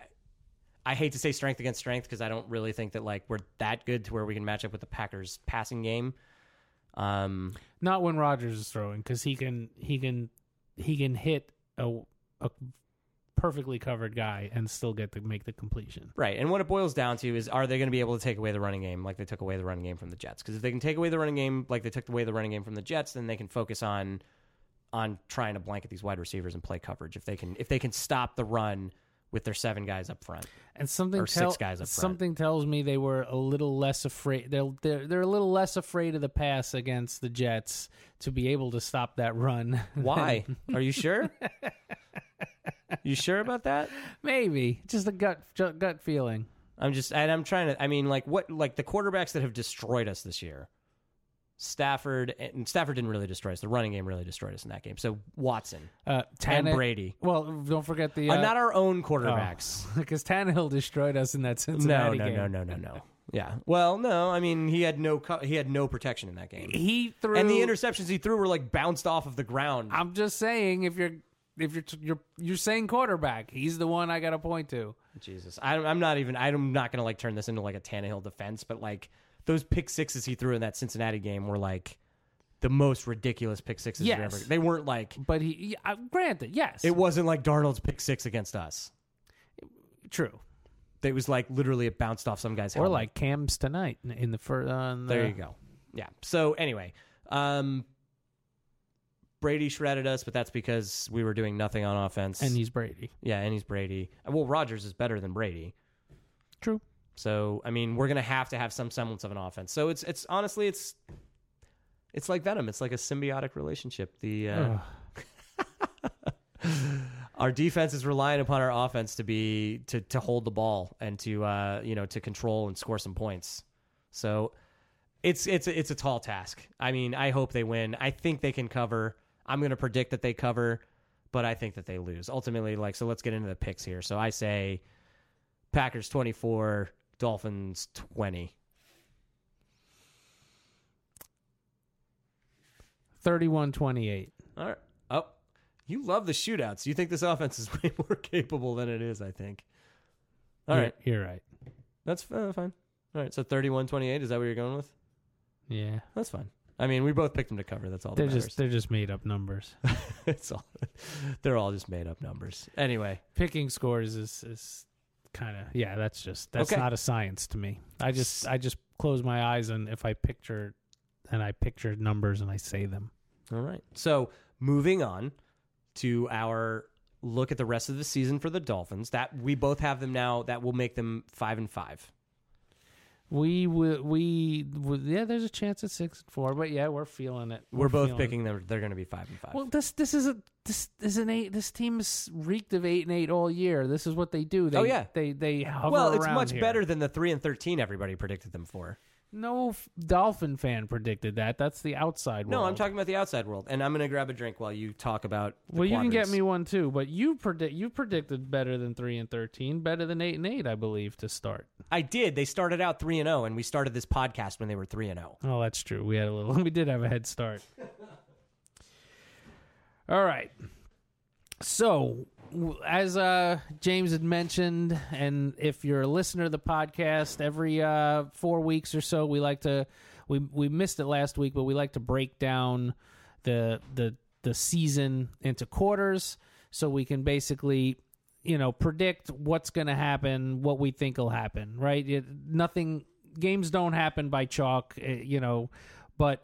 [SPEAKER 1] I hate to say strength against strength because I don't really think that like we're that good to where we can match up with the Packers passing game. Um,
[SPEAKER 2] Not when Rogers is throwing because he can he can he can hit a, a perfectly covered guy and still get to make the completion.
[SPEAKER 1] Right. And what it boils down to is are they going to be able to take away the running game like they took away the running game from the Jets? Because if they can take away the running game like they took away the running game from the Jets, then they can focus on on trying to blanket these wide receivers and play coverage. If they can if they can stop the run with their seven guys up front.
[SPEAKER 2] And something
[SPEAKER 1] Or six
[SPEAKER 2] tell-
[SPEAKER 1] guys up front.
[SPEAKER 2] something tells me they were a little less afraid. They're, they're they're a little less afraid of the pass against the Jets to be able to stop that run.
[SPEAKER 1] Why? Are you sure? you sure about that?
[SPEAKER 2] Maybe just a gut ju- gut feeling.
[SPEAKER 1] I'm just and I'm trying to I mean like what like the quarterbacks that have destroyed us this year. Stafford and Stafford didn't really destroy us. The running game really destroyed us in that game. So Watson
[SPEAKER 2] Uh,
[SPEAKER 1] and
[SPEAKER 2] Tanne-
[SPEAKER 1] Brady.
[SPEAKER 2] Well, don't forget the
[SPEAKER 1] Uh,
[SPEAKER 2] uh,
[SPEAKER 1] not our own quarterbacks.
[SPEAKER 2] because Tannehill destroyed us in that
[SPEAKER 1] No,
[SPEAKER 2] Cincinnati
[SPEAKER 1] no,
[SPEAKER 2] game.
[SPEAKER 1] no, no, no, no. Yeah. Well, no. I mean, he had no co- he had no protection in that game,
[SPEAKER 2] He threw.
[SPEAKER 1] and the interceptions he threw were like bounced off of the ground.
[SPEAKER 2] I'm just saying, if you're if you're you're you're saying quarterback, he's the one I got to point to.
[SPEAKER 1] Jesus, I, I'm not even. I'm not gonna like turn this into like a Tannehill defense, but like those pick sixes he threw in that Cincinnati game were like the most ridiculous pick sixes we've
[SPEAKER 2] Yes.
[SPEAKER 1] ever. They weren't like
[SPEAKER 2] But he, he- uh, granted, yes,
[SPEAKER 1] it wasn't like Darnold's pick six against us.
[SPEAKER 2] true.
[SPEAKER 1] It was like literally it bounced off some guy's
[SPEAKER 2] Or
[SPEAKER 1] helmet.
[SPEAKER 2] like Cam's tonight in- in the first. On the,
[SPEAKER 1] There you go. Yeah. So anyway, um, Brady shredded us, but that's because we were doing nothing on offense.
[SPEAKER 2] And he's Brady.
[SPEAKER 1] yeah, and he's Brady. Well, Rogers is better than Brady.
[SPEAKER 2] True.
[SPEAKER 1] So I mean, we're gonna have to have some semblance of an offense. So it's it's honestly it's it's like Venom. It's like a symbiotic relationship. The uh,
[SPEAKER 2] Uh-huh.
[SPEAKER 1] our defense is relying upon our offense to be to to hold the ball and to uh, you know to control and score some points. So it's it's it's a tall task. I mean, I hope they win. I think they can cover. I'm going to predict that they cover, but I think that they lose ultimately. Like, so let's get into the picks here. So I say Packers 24, Dolphins 20.
[SPEAKER 2] Thirty-one twenty-eight.
[SPEAKER 1] All right. Oh, you love the shootouts. You think this offense is way more capable than it is? I think. All right,
[SPEAKER 2] you're, you're right.
[SPEAKER 1] that's uh, fine. All right, so 31-28, Is that what you're going with?
[SPEAKER 2] Yeah,
[SPEAKER 1] That's fine. I mean, we both picked them to cover. That's all. That
[SPEAKER 2] they're
[SPEAKER 1] matters.
[SPEAKER 2] just they're just made up numbers.
[SPEAKER 1] it's all. They're all just made up numbers. Anyway.
[SPEAKER 2] picking scores is is kind of yeah that's just that's
[SPEAKER 1] Okay.
[SPEAKER 2] not a science to me i just i just close my eyes and if i picture and i picture numbers and i say them
[SPEAKER 1] All right. So moving on to our look at the rest of the season for the Dolphins. That we both have them now. That will make them five and five.
[SPEAKER 2] we will we, we yeah there's a chance at six and four but yeah we're feeling it
[SPEAKER 1] We're, both
[SPEAKER 2] feeling it.
[SPEAKER 1] picking them. They're going to be five and five.
[SPEAKER 2] well this this is a this is an eight this team's reeked of eight and eight all year this is what they do they
[SPEAKER 1] Oh, yeah.
[SPEAKER 2] they they hover
[SPEAKER 1] Well, it's
[SPEAKER 2] around
[SPEAKER 1] much
[SPEAKER 2] here.
[SPEAKER 1] better than the three and thirteen everybody predicted them for.
[SPEAKER 2] no f- dolphin fan predicted that that's the outside
[SPEAKER 1] No, I'm
[SPEAKER 2] world.
[SPEAKER 1] talking about the outside world, and I'm going to grab a drink while you talk about. the
[SPEAKER 2] Well, you can get
[SPEAKER 1] quadrants.
[SPEAKER 2] me one too, but you predict you predicted better than three and thirteen, better than eight and eight, I believe, to start.
[SPEAKER 1] I did. They started out three and zero, and we started this podcast when they were three and zero.
[SPEAKER 2] Oh, that's true. We had a little. We did have a head start. All right. So, w- as uh, James had mentioned, and if you're a listener of the podcast, every uh, four weeks or so, we like to we we missed it last week, but we like to break down the the the season into quarters so we can basically you know predict what's going to happen, what we think will happen. Right? It, nothing games don't happen by chalk, eh, you know, but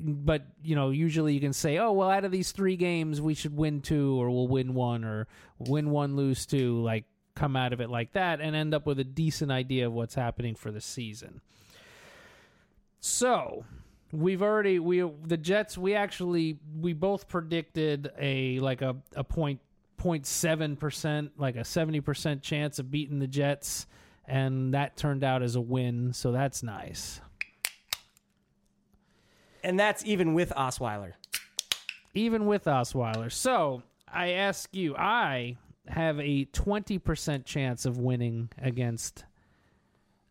[SPEAKER 2] but you know usually you can say oh well out of these three games we should win two or we'll win one or win one lose two like come out of it like that and end up with a decent idea of what's happening for the season so we've already we the jets we actually we both predicted a like a, a point point seven percent like a 70% chance of beating the jets and that turned out as a win so that's nice
[SPEAKER 1] And that's even with Osweiler.
[SPEAKER 2] even with Osweiler. So I ask you, I have a 20% chance of winning against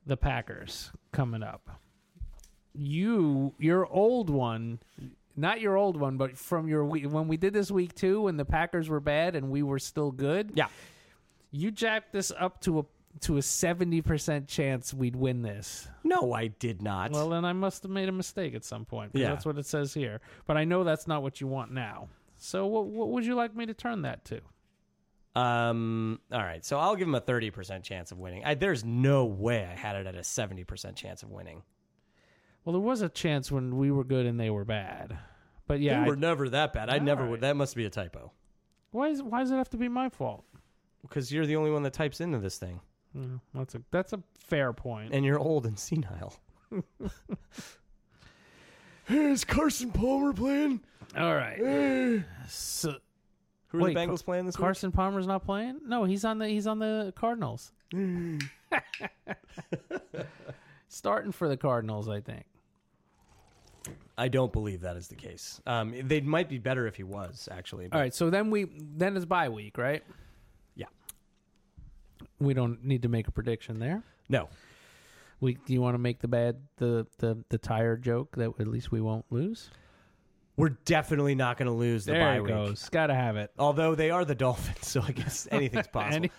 [SPEAKER 2] the Packers coming up. You, your old one, not your old one, but from your week, when we did this week two, when the Packers were bad and we were still good,
[SPEAKER 1] Yeah.
[SPEAKER 2] you jacked this up to a to a 70% chance we'd win this.
[SPEAKER 1] No, I did not.
[SPEAKER 2] Well, then I must have made a mistake at some point. 'cause
[SPEAKER 1] Yeah.
[SPEAKER 2] That's what it says here. But I know that's not what you want now. So what, what would you like me to turn that to?
[SPEAKER 1] um, all right. So I'll give him a 30% chance of winning. I, there's no way I had it at a 70% chance of winning.
[SPEAKER 2] Well, there was a chance when we were good and they were bad. But yeah,
[SPEAKER 1] they
[SPEAKER 2] I-
[SPEAKER 1] were never that bad. I never
[SPEAKER 2] All right.
[SPEAKER 1] would. That must be a typo.
[SPEAKER 2] why, is, why does it have to be my fault?
[SPEAKER 1] Because you're the only one that types into this thing.
[SPEAKER 2] Mm, That's a that's a fair point.
[SPEAKER 1] And you're old and senile. hey, is Carson Palmer playing?
[SPEAKER 2] All right. So,
[SPEAKER 1] Who are
[SPEAKER 2] Wait,
[SPEAKER 1] the Bengals playing this week?
[SPEAKER 2] Carson Palmer's not playing? No, he's on the he's on the Cardinals. Starting for the Cardinals, I think.
[SPEAKER 1] I don't believe that is the case. Um, they might be better if he was actually.
[SPEAKER 2] All right, so then we then it's bye week, right?
[SPEAKER 1] Yeah.
[SPEAKER 2] We don't need to make a prediction there.
[SPEAKER 1] No.
[SPEAKER 2] We do you want to make the bad the the the tire joke that at least we won't lose?
[SPEAKER 1] We're definitely not going to lose the bye
[SPEAKER 2] there it
[SPEAKER 1] week.
[SPEAKER 2] goes. Got to have it.
[SPEAKER 1] Although they are the Dolphins, so I guess anything's possible.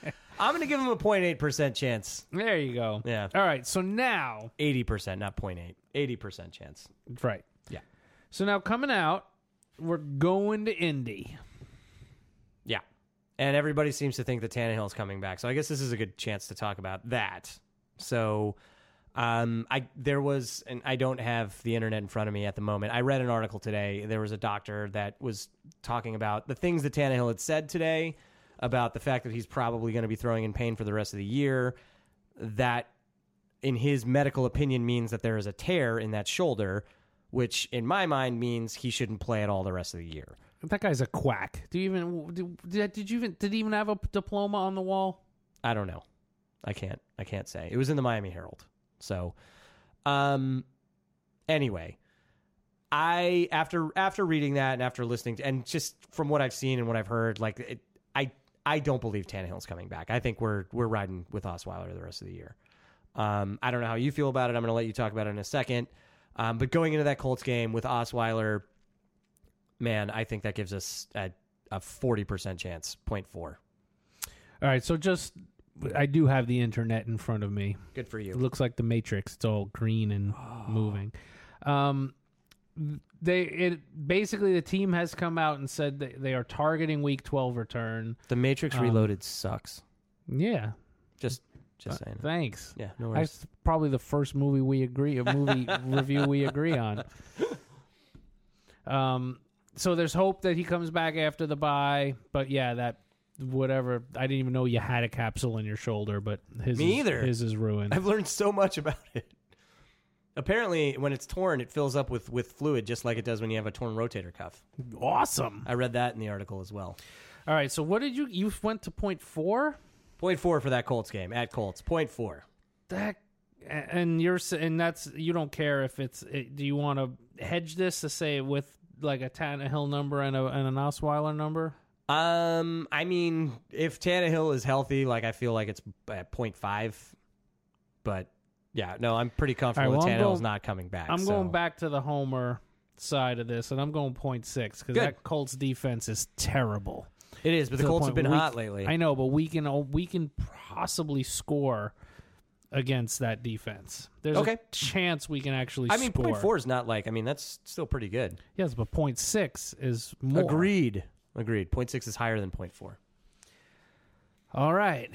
[SPEAKER 1] I'm going to give them a 0.8% chance.
[SPEAKER 2] There you go.
[SPEAKER 1] Yeah.
[SPEAKER 2] All right, so now
[SPEAKER 1] 80%, not 0.8. 80% chance.
[SPEAKER 2] right.
[SPEAKER 1] Yeah.
[SPEAKER 2] So now coming out, we're going to Indy.
[SPEAKER 1] Yeah. And everybody seems to think that Tannehill's coming back. So I guess this is a good chance to talk about that. So um, I there was and I don't have the internet in front of me at the moment. I read an article today. There was a doctor that was talking about the things that Tannehill had said today about the fact that he's probably going to be throwing in pain for the rest of the year. That in his medical opinion means that there is a tear in that shoulder, which in my mind means he shouldn't play at all the rest of the year.
[SPEAKER 2] That guy's a quack. Do you even did, did- did you even did he even have a diploma on the wall?
[SPEAKER 1] I don't know. I can't. I can't say. It was in the Miami Herald. So, um, anyway, I after after reading that and after listening to, and just from what I've seen and what I've heard, like it, I I don't believe Tannehill's coming back. I think we're we're riding with Osweiler the rest of the year. Um, I don't know how you feel about it. I'm going to let you talk about it in a second. Um, but going into that Colts game with Osweiler, man, I think that gives us a a forty percent chance, 0.4.
[SPEAKER 2] All right, so just I do have the internet in front of me.
[SPEAKER 1] Good for you.
[SPEAKER 2] It looks like the Matrix. It's all green and
[SPEAKER 1] Ah.
[SPEAKER 2] moving. Um, they it basically the team has come out and said that they are targeting Week 12 return.
[SPEAKER 1] The Matrix
[SPEAKER 2] Um,
[SPEAKER 1] Reloaded sucks.
[SPEAKER 2] Yeah,
[SPEAKER 1] Just, just saying.
[SPEAKER 2] thanks.
[SPEAKER 1] yeah, no worries.
[SPEAKER 2] That's probably the first movie we agree, a movie review we agree on. Um, so there's hope that he comes back after the bye, but yeah, that whatever. I didn't even know you had a capsule in your shoulder, but his
[SPEAKER 1] Me
[SPEAKER 2] is-
[SPEAKER 1] either.
[SPEAKER 2] His is ruined.
[SPEAKER 1] I've learned so much about it. Apparently, when it's torn, it fills up with with fluid, just like it does when you have a torn rotator cuff.
[SPEAKER 2] awesome.
[SPEAKER 1] I read that in the article as well.
[SPEAKER 2] All right. So what did you? You went to point four.
[SPEAKER 1] Point four for that Colts game at Colts. Point four.
[SPEAKER 2] That and you're s- and that's you don't care if it's. It, do you want to hedge this to say with like a Tannehill number and a and an Osweiler number?
[SPEAKER 1] Um, I mean, if Tannehill is healthy, like I feel like it's at point five, but yeah, no, I'm pretty comfortable
[SPEAKER 2] All right,
[SPEAKER 1] that
[SPEAKER 2] well, I'm
[SPEAKER 1] Tannehill's
[SPEAKER 2] going-
[SPEAKER 1] not coming back.
[SPEAKER 2] I'm
[SPEAKER 1] so.
[SPEAKER 2] going back to the Homer side of this, and I'm going point six because
[SPEAKER 1] Good.
[SPEAKER 2] that Colts defense is terrible.
[SPEAKER 1] It is, but the
[SPEAKER 2] To
[SPEAKER 1] Colts have
[SPEAKER 2] point
[SPEAKER 1] been
[SPEAKER 2] we-
[SPEAKER 1] hot lately.
[SPEAKER 2] I know, but we can we can possibly score against that defense. There's
[SPEAKER 1] Okay.
[SPEAKER 2] a chance we can actually.
[SPEAKER 1] I mean,
[SPEAKER 2] score.
[SPEAKER 1] point four is not like. I mean, that's still pretty good.
[SPEAKER 2] Yes, but point six is more.
[SPEAKER 1] Agreed. Agreed. Point six is higher than point four.
[SPEAKER 2] All right,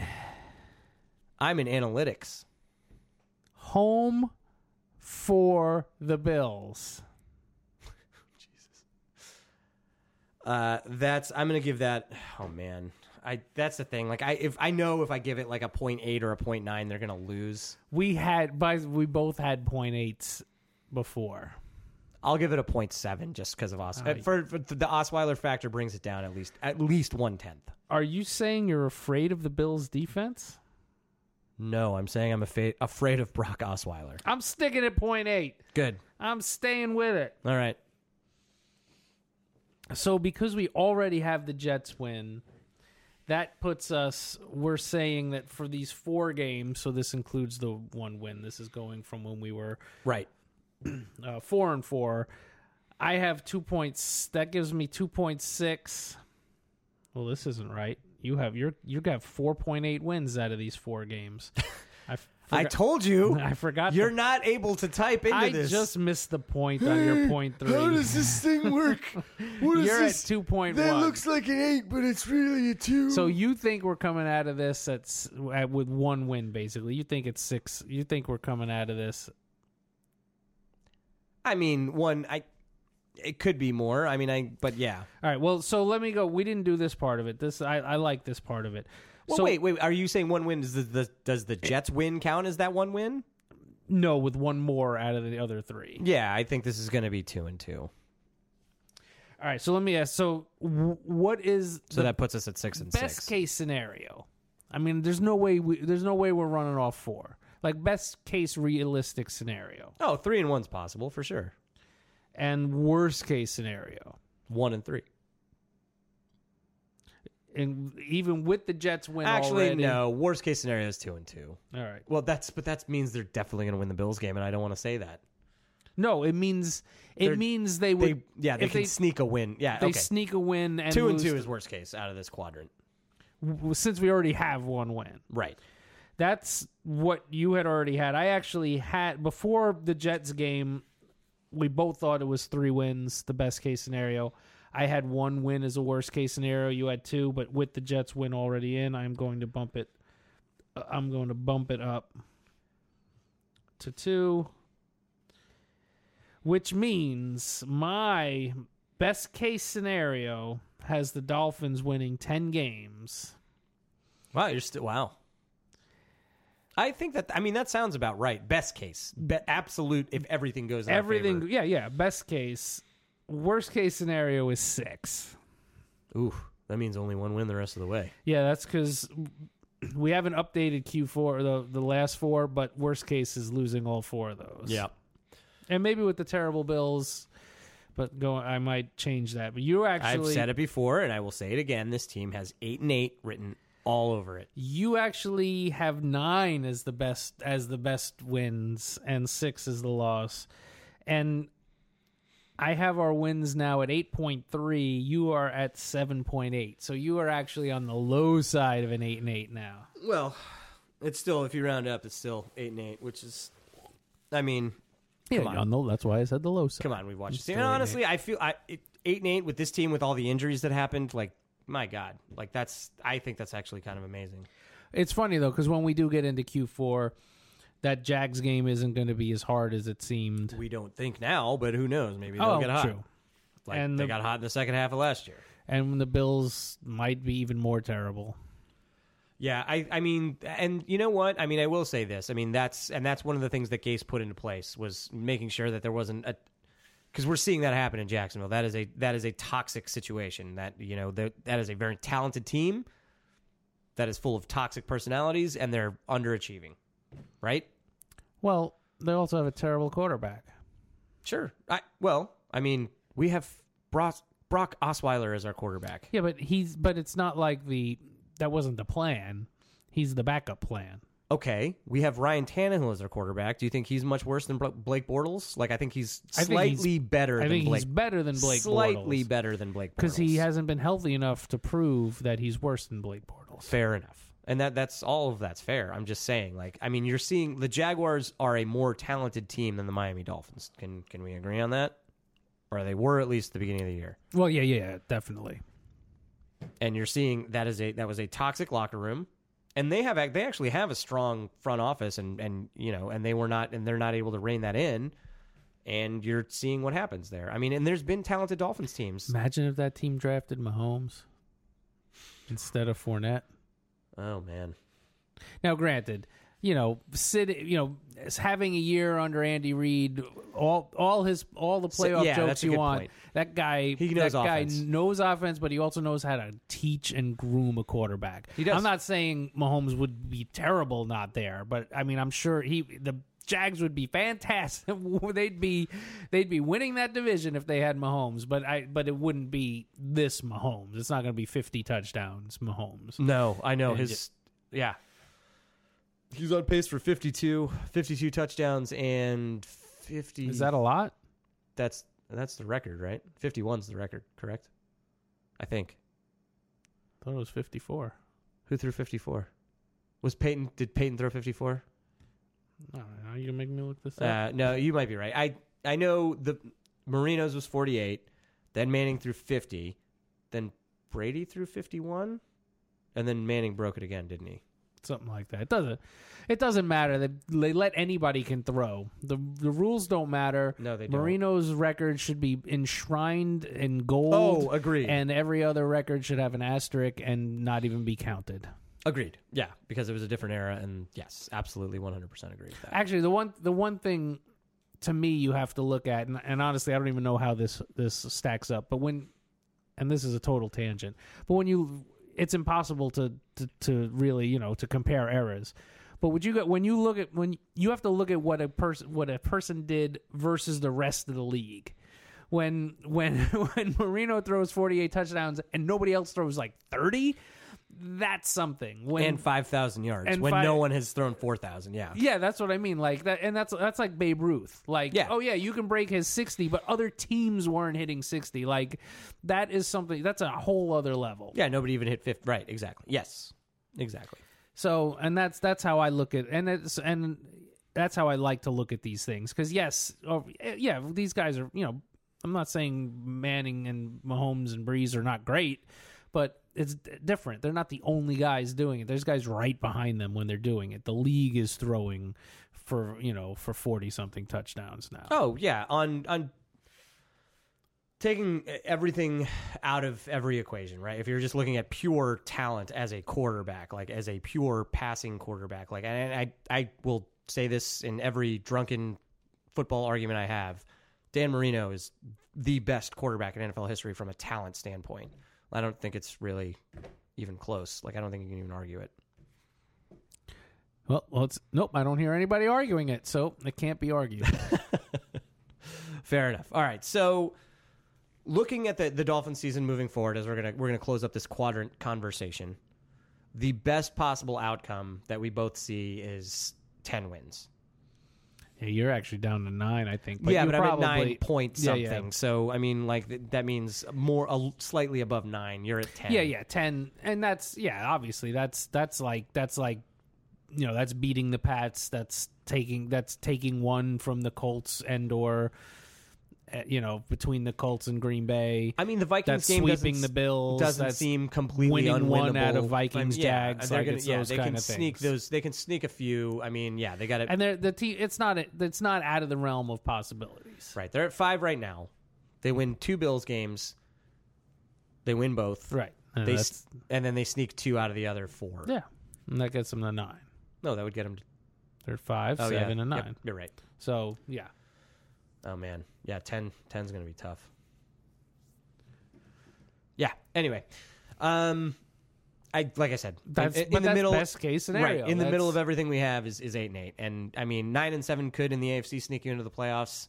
[SPEAKER 1] I'm in analytics.
[SPEAKER 2] home for the Bills.
[SPEAKER 1] Uh, that's I'm gonna give that. Oh man, I that's the thing. Like I if I know if I give it like a point eight or a point nine, they're gonna lose.
[SPEAKER 2] We had by we both had point eights before.
[SPEAKER 1] I'll give it a point seven just because of Os- uh, for, for the Osweiler factor brings it down at least at least one tenth.
[SPEAKER 2] Are you saying you're afraid of the Bills' defense?
[SPEAKER 1] No, I'm saying I'm afa- afraid of Brock Osweiler.
[SPEAKER 2] I'm sticking at point eight.
[SPEAKER 1] Good.
[SPEAKER 2] I'm staying with it.
[SPEAKER 1] All right.
[SPEAKER 2] So because we already have the Jets win, that puts us we're saying that for these four games, so this includes the one win. This is going from when we were
[SPEAKER 1] Right.
[SPEAKER 2] uh, four and four. I have two points. That gives me two point six. Well, this isn't right. You have your you got four point eight wins out of these four games. I,
[SPEAKER 1] I
[SPEAKER 2] forgot-
[SPEAKER 1] told you.
[SPEAKER 2] I forgot
[SPEAKER 1] You're
[SPEAKER 2] the-
[SPEAKER 1] not able to type into
[SPEAKER 2] I
[SPEAKER 1] this.
[SPEAKER 2] just missed the point on your point three.
[SPEAKER 1] this thing work? What
[SPEAKER 2] You're at two point one.
[SPEAKER 1] like an eight, but it's really a two.
[SPEAKER 2] So you think we're coming out of this at, s- at with one win basically? You think it's six? You think we're coming out of this?
[SPEAKER 1] I mean, one. I. It could be more. I mean, I. But yeah.
[SPEAKER 2] All right. Well, so let me go. We didn't do this part of it. This I, I like this part of it.
[SPEAKER 1] Well,
[SPEAKER 2] so
[SPEAKER 1] wait, wait. Are you saying one win? Does the, the does the Jets win count as that one win?
[SPEAKER 2] no, with one more out of the other three.
[SPEAKER 1] Yeah, I think this is going to be two and two.
[SPEAKER 2] All right. So let me ask. So w- what is
[SPEAKER 1] So
[SPEAKER 2] the
[SPEAKER 1] that puts us at six and
[SPEAKER 2] best
[SPEAKER 1] six.
[SPEAKER 2] case scenario? I mean, there's no way we, there's no way we're running off four. Like best case realistic scenario
[SPEAKER 1] Oh, three and one's possible for sure.
[SPEAKER 2] and worst case scenario.
[SPEAKER 1] One and three.
[SPEAKER 2] And even with the Jets win,
[SPEAKER 1] Actually,
[SPEAKER 2] already-
[SPEAKER 1] no. Worst case scenario is two and two.
[SPEAKER 2] All right.
[SPEAKER 1] Well, that's but that means they're definitely going to win the Bills game, and I don't want to say that.
[SPEAKER 2] No, it means it
[SPEAKER 1] They're-
[SPEAKER 2] means they
[SPEAKER 1] They
[SPEAKER 2] would.
[SPEAKER 1] yeah, they
[SPEAKER 2] if
[SPEAKER 1] can
[SPEAKER 2] they,
[SPEAKER 1] sneak a win. Yeah,
[SPEAKER 2] they
[SPEAKER 1] okay.
[SPEAKER 2] sneak a win and
[SPEAKER 1] two and
[SPEAKER 2] lose
[SPEAKER 1] two is worst case out of this quadrant.
[SPEAKER 2] w- since we already have one win.
[SPEAKER 1] Right.
[SPEAKER 2] That's what you had already had. I actually had before the Jets game. We both thought it was three wins, the best case scenario. I had one win as a worst case scenario. You had two, but with the Jets win already in, I'm going to bump it. uh, I'm going to bump it up to two, which means my best case scenario has the Dolphins winning ten games.
[SPEAKER 1] Wow, you're still wow. I think that I mean that sounds about right. Best case, Be- absolute. If everything goes, in our
[SPEAKER 2] Everything,
[SPEAKER 1] favor.
[SPEAKER 2] yeah, yeah. Best case, worst case scenario is six.
[SPEAKER 1] Ooh, that means only one win the rest of the way.
[SPEAKER 2] Yeah, that's because we haven't updated Q four the the last four, but worst case is losing all four of those. and maybe with the terrible Bills, but going, I might change that. But you
[SPEAKER 1] I've
[SPEAKER 2] actually,
[SPEAKER 1] said it before, and I will say it again. This team has eight and eight written all over it.
[SPEAKER 2] you actually have nine as the best as the best wins, and six is the loss, and. I have our wins now at 8.3. You are at 7.8. So you are actually on the low side of an 8 and 8 now.
[SPEAKER 1] Well, it's still if you round up, it's still eight and eight, which is, I mean,
[SPEAKER 2] Yeah,
[SPEAKER 1] Come on.
[SPEAKER 2] on. no, that's why I said the low side.
[SPEAKER 1] come on, we've watched. this team. And honestly, I feel I it, eight and eight with this team with all the injuries that happened. Like my God, like that's I think that's actually kind of amazing.
[SPEAKER 2] It's funny though because when we do get into Q4, that Jags game isn't going to be as hard as it seemed. Oh,
[SPEAKER 1] We don't think now, but who knows? Maybe they'll get hot. Like
[SPEAKER 2] And
[SPEAKER 1] they
[SPEAKER 2] the-
[SPEAKER 1] got hot in the second half of last year.
[SPEAKER 2] And the Bills might be even more terrible.
[SPEAKER 1] Yeah, I, I mean, and you know what? I mean, I will say this. I mean, that's and that's one of the things that Gase put into place was making sure that there wasn't a because we're seeing that happen in Jacksonville. That is a that is a toxic situation. That you know that that is a very talented team that is full of toxic personalities and they're underachieving, right?
[SPEAKER 2] Well, they also have a terrible quarterback.
[SPEAKER 1] Sure. I well, I mean, we have Brock Brock Osweiler as our quarterback.
[SPEAKER 2] Yeah, but he's but it's not like the that wasn't the plan. He's the backup plan.
[SPEAKER 1] okay, we have Ryan Tannehill as our quarterback. Do you think he's much worse than Bro- Blake Bortles? Like, I think he's
[SPEAKER 2] I think
[SPEAKER 1] slightly
[SPEAKER 2] he's-
[SPEAKER 1] better.
[SPEAKER 2] I
[SPEAKER 1] than
[SPEAKER 2] think
[SPEAKER 1] Blake.
[SPEAKER 2] he's better than Blake
[SPEAKER 1] slightly better than Blake
[SPEAKER 2] because he
[SPEAKER 1] Bortles.
[SPEAKER 2] hasn't been healthy enough to prove that he's worse than Blake Bortles.
[SPEAKER 1] Fair enough. And that that's all of that's fair. I'm just saying, like, I mean, you're seeing the Jaguars are a more talented team than the Miami Dolphins. Can can we agree on that? Or they were at least at the beginning of the year.
[SPEAKER 2] Well, yeah, yeah, definitely.
[SPEAKER 1] And you're seeing that is a that was a toxic locker room. And they have ac- they actually have a strong front office and and you know, and they were not and they're not able to rein that in. And you're seeing what happens there. I mean, and there's been talented Dolphins teams.
[SPEAKER 2] Imagine if that team drafted Mahomes instead of Fournette.
[SPEAKER 1] Oh man.
[SPEAKER 2] Now, granted, you know, sitting, you know, as having a year under Andy Reid, all all his all the
[SPEAKER 1] So-
[SPEAKER 2] playoff
[SPEAKER 1] yeah, that's
[SPEAKER 2] jokes
[SPEAKER 1] a
[SPEAKER 2] you
[SPEAKER 1] good
[SPEAKER 2] want.
[SPEAKER 1] point.
[SPEAKER 2] That guy,
[SPEAKER 1] He knows
[SPEAKER 2] that
[SPEAKER 1] offense.
[SPEAKER 2] guy knows offense, but he also knows how to teach and groom a quarterback.
[SPEAKER 1] He does.
[SPEAKER 2] I'm not saying Mahomes would be terrible not there, but I mean, I'm sure he the. Jags would be fantastic. they'd be, they'd be winning that division if they had Mahomes. But I, but it wouldn't be this Mahomes. It's not going to be fifty touchdowns, Mahomes.
[SPEAKER 1] No, I know
[SPEAKER 2] And
[SPEAKER 1] his.
[SPEAKER 2] just-
[SPEAKER 1] yeah. He's on pace for 52, 52 touchdowns and 50.
[SPEAKER 2] Is that a lot?
[SPEAKER 1] That's that's the record, right? 51's the record, correct? I think.
[SPEAKER 2] I thought it was fifty-four.
[SPEAKER 1] Who threw 54? Was Peyton did Peyton throw 54?
[SPEAKER 2] I don't know. Are you gonna make me look this up?
[SPEAKER 1] Uh, no, you might be right. I I know the Marino's was 48, then Manning threw 50, then Brady threw 51, and then Manning broke it again, didn't he?
[SPEAKER 2] Something like that. It doesn't. It doesn't matter. They, they let anybody can throw. the The rules don't matter.
[SPEAKER 1] No, they don't.
[SPEAKER 2] Marino's record should be enshrined in gold.
[SPEAKER 1] Oh, agreed.
[SPEAKER 2] And every other record should have an asterisk and not even be counted.
[SPEAKER 1] Agreed. Yeah, because it was a different era, and yes, absolutely, one hundred percent agree with that.
[SPEAKER 2] Actually, the one the one thing to me you have to look at, and, and honestly, I don't even know how this this stacks up. But when, and this is a total tangent, but when you, it's impossible to to, to really you know to compare eras. But would you go when you look at when you have to look at what a person what a person did versus the rest of the league. When when when Marino throws forty eight touchdowns and nobody else throws like thirty, that's something. When
[SPEAKER 1] and five thousand yards
[SPEAKER 2] and
[SPEAKER 1] when
[SPEAKER 2] fi-
[SPEAKER 1] no one has thrown four thousand. Yeah.
[SPEAKER 2] yeah, that's what I mean. Like that, and that's that's like Babe Ruth. Like,
[SPEAKER 1] Yeah.
[SPEAKER 2] oh yeah, you can break his sixty, but other teams weren't hitting sixty. Like, that is something that's a whole other level.
[SPEAKER 1] yeah, nobody even hit fifth. Right, exactly. Yes, exactly.
[SPEAKER 2] So, and that's that's how I look at, and it's and that's how I like to look at these things. Because yes, oh, yeah, these guys are. You know, I'm not saying Manning and Mahomes and Breeze are not great, but it's d- different. They're not the only guys doing it. There's guys right behind them when they're doing it. The league is throwing for you know for forty something touchdowns now.
[SPEAKER 1] Oh yeah, on on taking e, everything out of every equation, right? If you're just looking at pure talent as a quarterback, like as a pure passing quarterback, like and I I will say this in every drunken football argument I have, Dan Marino is the best quarterback in NFL history from a talent standpoint. I don't think it's really even close. Like I don't think you can even argue it.
[SPEAKER 2] Well, well, it's nope. I don't hear anybody arguing it, so it can't be argued.
[SPEAKER 1] Fair enough. All right. So looking at the, the Dolphin season moving forward as we're gonna we're gonna close up this quadrant conversation, the best possible outcome that we both see is ten wins.
[SPEAKER 2] yeah, you're actually down to nine, I think.
[SPEAKER 1] yeah,
[SPEAKER 2] you
[SPEAKER 1] but
[SPEAKER 2] probably,
[SPEAKER 1] I'm at nine point
[SPEAKER 2] Yeah,
[SPEAKER 1] something.
[SPEAKER 2] yeah.
[SPEAKER 1] So I mean, like th- that means more a, slightly above nine. You're at ten.
[SPEAKER 2] Yeah, yeah, ten, and that's yeah. Obviously, that's that's like that's like you know that's beating the Pats. That's taking that's taking one from the Colts and or uh, you know between the Colts and Green Bay.
[SPEAKER 1] I mean, the Vikings
[SPEAKER 2] That's
[SPEAKER 1] game doesn't
[SPEAKER 2] sweeping the
[SPEAKER 1] s-
[SPEAKER 2] Bills.
[SPEAKER 1] Doesn't
[SPEAKER 2] That's
[SPEAKER 1] seem completely
[SPEAKER 2] winning one
[SPEAKER 1] unwinnable.
[SPEAKER 2] out of
[SPEAKER 1] I mean,
[SPEAKER 2] Vikings,
[SPEAKER 1] yeah,
[SPEAKER 2] Jags,
[SPEAKER 1] they're
[SPEAKER 2] like
[SPEAKER 1] gonna-
[SPEAKER 2] it's
[SPEAKER 1] yeah,
[SPEAKER 2] those
[SPEAKER 1] they
[SPEAKER 2] kind
[SPEAKER 1] can
[SPEAKER 2] of
[SPEAKER 1] sneak
[SPEAKER 2] things.
[SPEAKER 1] those. They can sneak a few. I mean, yeah, they got to
[SPEAKER 2] and they're, the team, it's not it's not out of the realm of possibilities.
[SPEAKER 1] Right. They're at five right now. They win two Bills games. They win both.
[SPEAKER 2] Right. And
[SPEAKER 1] They
[SPEAKER 2] that's-
[SPEAKER 1] s- and then they sneak two out of the other four.
[SPEAKER 2] yeah, and that gets them to nine.
[SPEAKER 1] No, that would get them to
[SPEAKER 2] They're five,
[SPEAKER 1] oh,
[SPEAKER 2] seven,
[SPEAKER 1] yeah.
[SPEAKER 2] and
[SPEAKER 1] Yep,
[SPEAKER 2] nine.
[SPEAKER 1] you're right.
[SPEAKER 2] So yeah,
[SPEAKER 1] Oh man. Yeah, 10 10's going to be tough. Yeah. Anyway, um I like I said, in-
[SPEAKER 2] that's
[SPEAKER 1] in,
[SPEAKER 2] but
[SPEAKER 1] the
[SPEAKER 2] that's
[SPEAKER 1] middle
[SPEAKER 2] best case
[SPEAKER 1] Right.
[SPEAKER 2] scenario.
[SPEAKER 1] In the
[SPEAKER 2] That's-
[SPEAKER 1] middle of everything we have is, is eight and eight. And I mean nine and seven could in the AFC sneak you into the playoffs.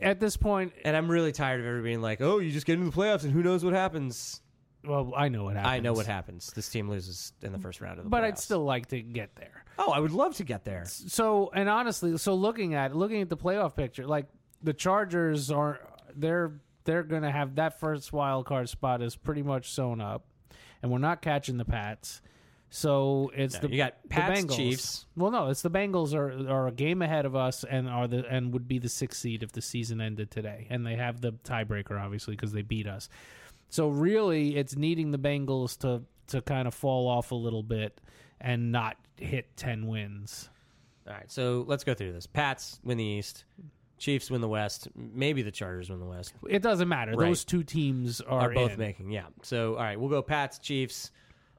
[SPEAKER 2] at this point,
[SPEAKER 1] And I'm really tired of everybody being like, Oh, you just get into the playoffs and who knows what happens.
[SPEAKER 2] well, I know what happens.
[SPEAKER 1] I know what happens. This team loses in the first round of the
[SPEAKER 2] but
[SPEAKER 1] playoffs.
[SPEAKER 2] I'd still like to get there.
[SPEAKER 1] Oh, I would love to get there.
[SPEAKER 2] So, and honestly, so looking at looking at the playoff picture, like the Chargers are they're they're going to have that first wild card spot is pretty much sewn up, and we're not catching the Pats. So it's
[SPEAKER 1] No,
[SPEAKER 2] the
[SPEAKER 1] you got
[SPEAKER 2] the
[SPEAKER 1] Pats,
[SPEAKER 2] Bengals.
[SPEAKER 1] Chiefs.
[SPEAKER 2] Well, no, it's the Bengals are are a game ahead of us and are the and would be the sixth seed if the season ended today, and they have the tiebreaker obviously because they beat us. So really, it's needing the Bengals to to kind of fall off a little bit and not hit ten wins.
[SPEAKER 1] All right, so let's go through this. Pats win the East, Chiefs win the West, maybe the Chargers win the West.
[SPEAKER 2] It doesn't matter;
[SPEAKER 1] Right.
[SPEAKER 2] those two teams
[SPEAKER 1] Are
[SPEAKER 2] are,
[SPEAKER 1] both
[SPEAKER 2] in.
[SPEAKER 1] making, yeah. So all right, we'll go Pats, Chiefs.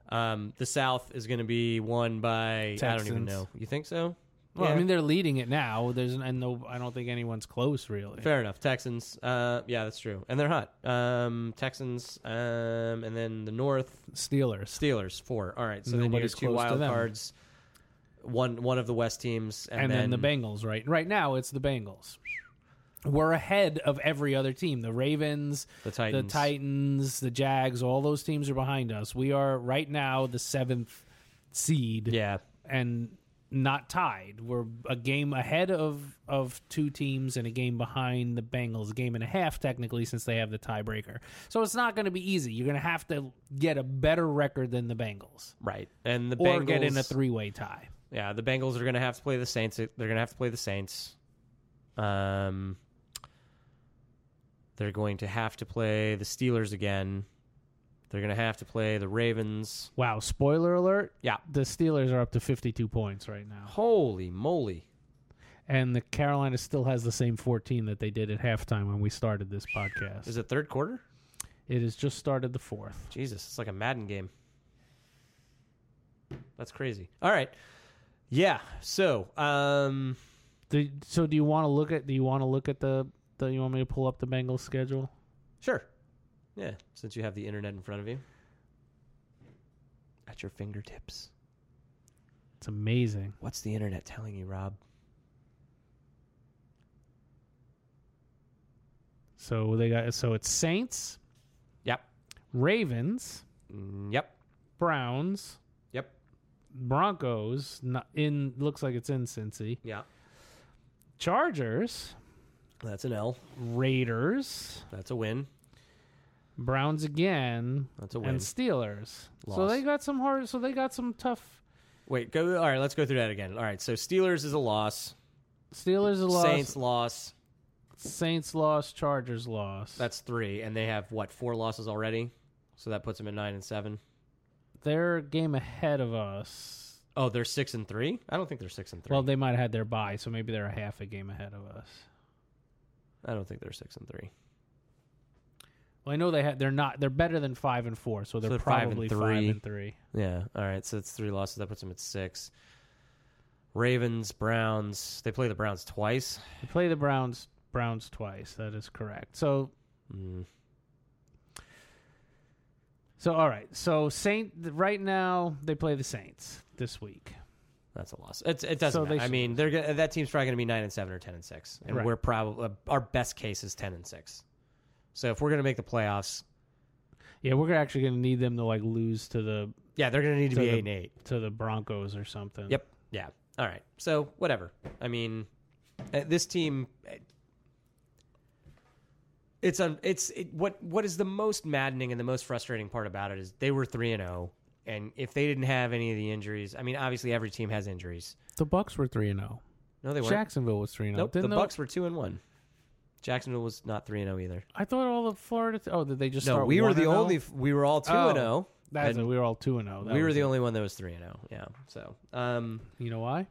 [SPEAKER 1] Um, the South is going to be won by I don't even
[SPEAKER 2] Texans.
[SPEAKER 1] know. You think so?
[SPEAKER 2] Well,
[SPEAKER 1] Yeah.
[SPEAKER 2] I mean, they're leading it now. There's and no, I don't think anyone's close really.
[SPEAKER 1] Fair enough. Texans. Uh, yeah, that's true. And they're hot. Um, Texans. Um, and then the North
[SPEAKER 2] Steelers.
[SPEAKER 1] Steelers four. All right. So then you
[SPEAKER 2] Nobody's
[SPEAKER 1] have two
[SPEAKER 2] close to
[SPEAKER 1] wild
[SPEAKER 2] them.
[SPEAKER 1] cards. One one of the West teams, and,
[SPEAKER 2] and,
[SPEAKER 1] then,
[SPEAKER 2] then, the Bengals, right? Right now, it's the Bengals. We're ahead of every other team. The Ravens,
[SPEAKER 1] The Titans.
[SPEAKER 2] the Titans, the Jags, all those teams are behind us. We are right now the seventh seed
[SPEAKER 1] Yeah.
[SPEAKER 2] and not tied. We're a game ahead of, of two teams and a game behind the Bengals, a game and a half technically, since they have the tiebreaker. So it's not going to be easy. You're going to have to get a better record than the Bengals
[SPEAKER 1] Right. And the
[SPEAKER 2] or
[SPEAKER 1] Bengals
[SPEAKER 2] get in a three way tie.
[SPEAKER 1] Yeah, the Bengals are going to have to play the Saints. They're going to have to play the Saints. Um, they're going to have to play the Steelers again. They're going to have to play the Ravens.
[SPEAKER 2] Wow, spoiler alert.
[SPEAKER 1] Yeah.
[SPEAKER 2] the Steelers are up to 52 points right now,
[SPEAKER 1] Holy moly!
[SPEAKER 2] and the Carolina still has the same 14 that they did at halftime when we started this podcast.
[SPEAKER 1] Is it third quarter?
[SPEAKER 2] It has just started the fourth.
[SPEAKER 1] Jesus, it's like a Madden game. That's crazy. All right. Yeah. So, um,
[SPEAKER 2] Do, so do you want to look at? Do you want to look at the? Do you want me to pull up the Bengals schedule?
[SPEAKER 1] sure. Yeah, since you have the internet in front of you, at your fingertips.
[SPEAKER 2] It's amazing.
[SPEAKER 1] What's the internet telling you, Rob?
[SPEAKER 2] So they got. So it's Saints,
[SPEAKER 1] Yep.
[SPEAKER 2] Ravens,
[SPEAKER 1] Mm, Yep.
[SPEAKER 2] Browns,
[SPEAKER 1] Yep.
[SPEAKER 2] Broncos. Not in looks like it's in Cincy.
[SPEAKER 1] Yeah.
[SPEAKER 2] Chargers,
[SPEAKER 1] That's an L.
[SPEAKER 2] Raiders,
[SPEAKER 1] That's a win.
[SPEAKER 2] Browns again,
[SPEAKER 1] That's a win.
[SPEAKER 2] and Steelers. So
[SPEAKER 1] Loss.
[SPEAKER 2] they got some hard. So they got some tough.
[SPEAKER 1] Wait, go. All right, let's go through that again. All right, so Steelers is a loss.
[SPEAKER 2] Steelers lost.
[SPEAKER 1] Saints loss.
[SPEAKER 2] Saints, lost. Chargers lost.
[SPEAKER 1] That's three, and they have what four losses already? So that puts them at nine and seven.
[SPEAKER 2] their game ahead of us.
[SPEAKER 1] Oh, they're six and three. I don't think they're six and three.
[SPEAKER 2] Well, they might have had their bye, so maybe they're a half a game ahead of us.
[SPEAKER 1] I don't think they're six and three.
[SPEAKER 2] Well, I know they had. They're not. They're better than five and four, so they're
[SPEAKER 1] they're five and
[SPEAKER 2] probably
[SPEAKER 1] three.
[SPEAKER 2] and three.
[SPEAKER 1] Yeah. All right. So it's three losses. That puts them at six. Ravens, Browns. They play the Browns twice.
[SPEAKER 2] They play the Browns. Browns twice. That is correct. So
[SPEAKER 1] Mm.
[SPEAKER 2] so all right. So Saint right now they play the Saints this week.
[SPEAKER 1] That's a loss. It's, it doesn't.
[SPEAKER 2] So they
[SPEAKER 1] matter. I
[SPEAKER 2] should-
[SPEAKER 1] mean, they're go- that team's probably going to be nine and seven or ten and six, and
[SPEAKER 2] Right.
[SPEAKER 1] we're probably our best case is ten and six. So if we're going to make the playoffs,
[SPEAKER 2] Yeah, we're actually going to need them to like lose to the
[SPEAKER 1] yeah, they're going to need to
[SPEAKER 2] So
[SPEAKER 1] be
[SPEAKER 2] the-
[SPEAKER 1] eight and eight.
[SPEAKER 2] to the Broncos or something.
[SPEAKER 1] Yep. Yeah. All right. So whatever. I mean, uh, this team. uh, It's un, it's it, what what is the most maddening and the most frustrating part about it is they were three and zero, and if they didn't have any of the injuries, I mean, obviously every team has injuries.
[SPEAKER 2] The Bucks were three and zero.
[SPEAKER 1] No, they weren't.
[SPEAKER 2] Jacksonville was three and oh. zero.
[SPEAKER 1] nope. The Bucks were two and one. Jacksonville was not three and zero either.
[SPEAKER 2] I thought all the Florida. T- oh, did they just?
[SPEAKER 1] No,
[SPEAKER 2] start
[SPEAKER 1] we were
[SPEAKER 2] 1
[SPEAKER 1] the
[SPEAKER 2] and 0?
[SPEAKER 1] only. We were all two
[SPEAKER 2] Oh,
[SPEAKER 1] and zero.
[SPEAKER 2] That's
[SPEAKER 1] and
[SPEAKER 2] it, we were all two and zero. That
[SPEAKER 1] We were
[SPEAKER 2] was
[SPEAKER 1] the
[SPEAKER 2] it.
[SPEAKER 1] only one that was three and zero. Yeah. So, um,
[SPEAKER 2] You know why?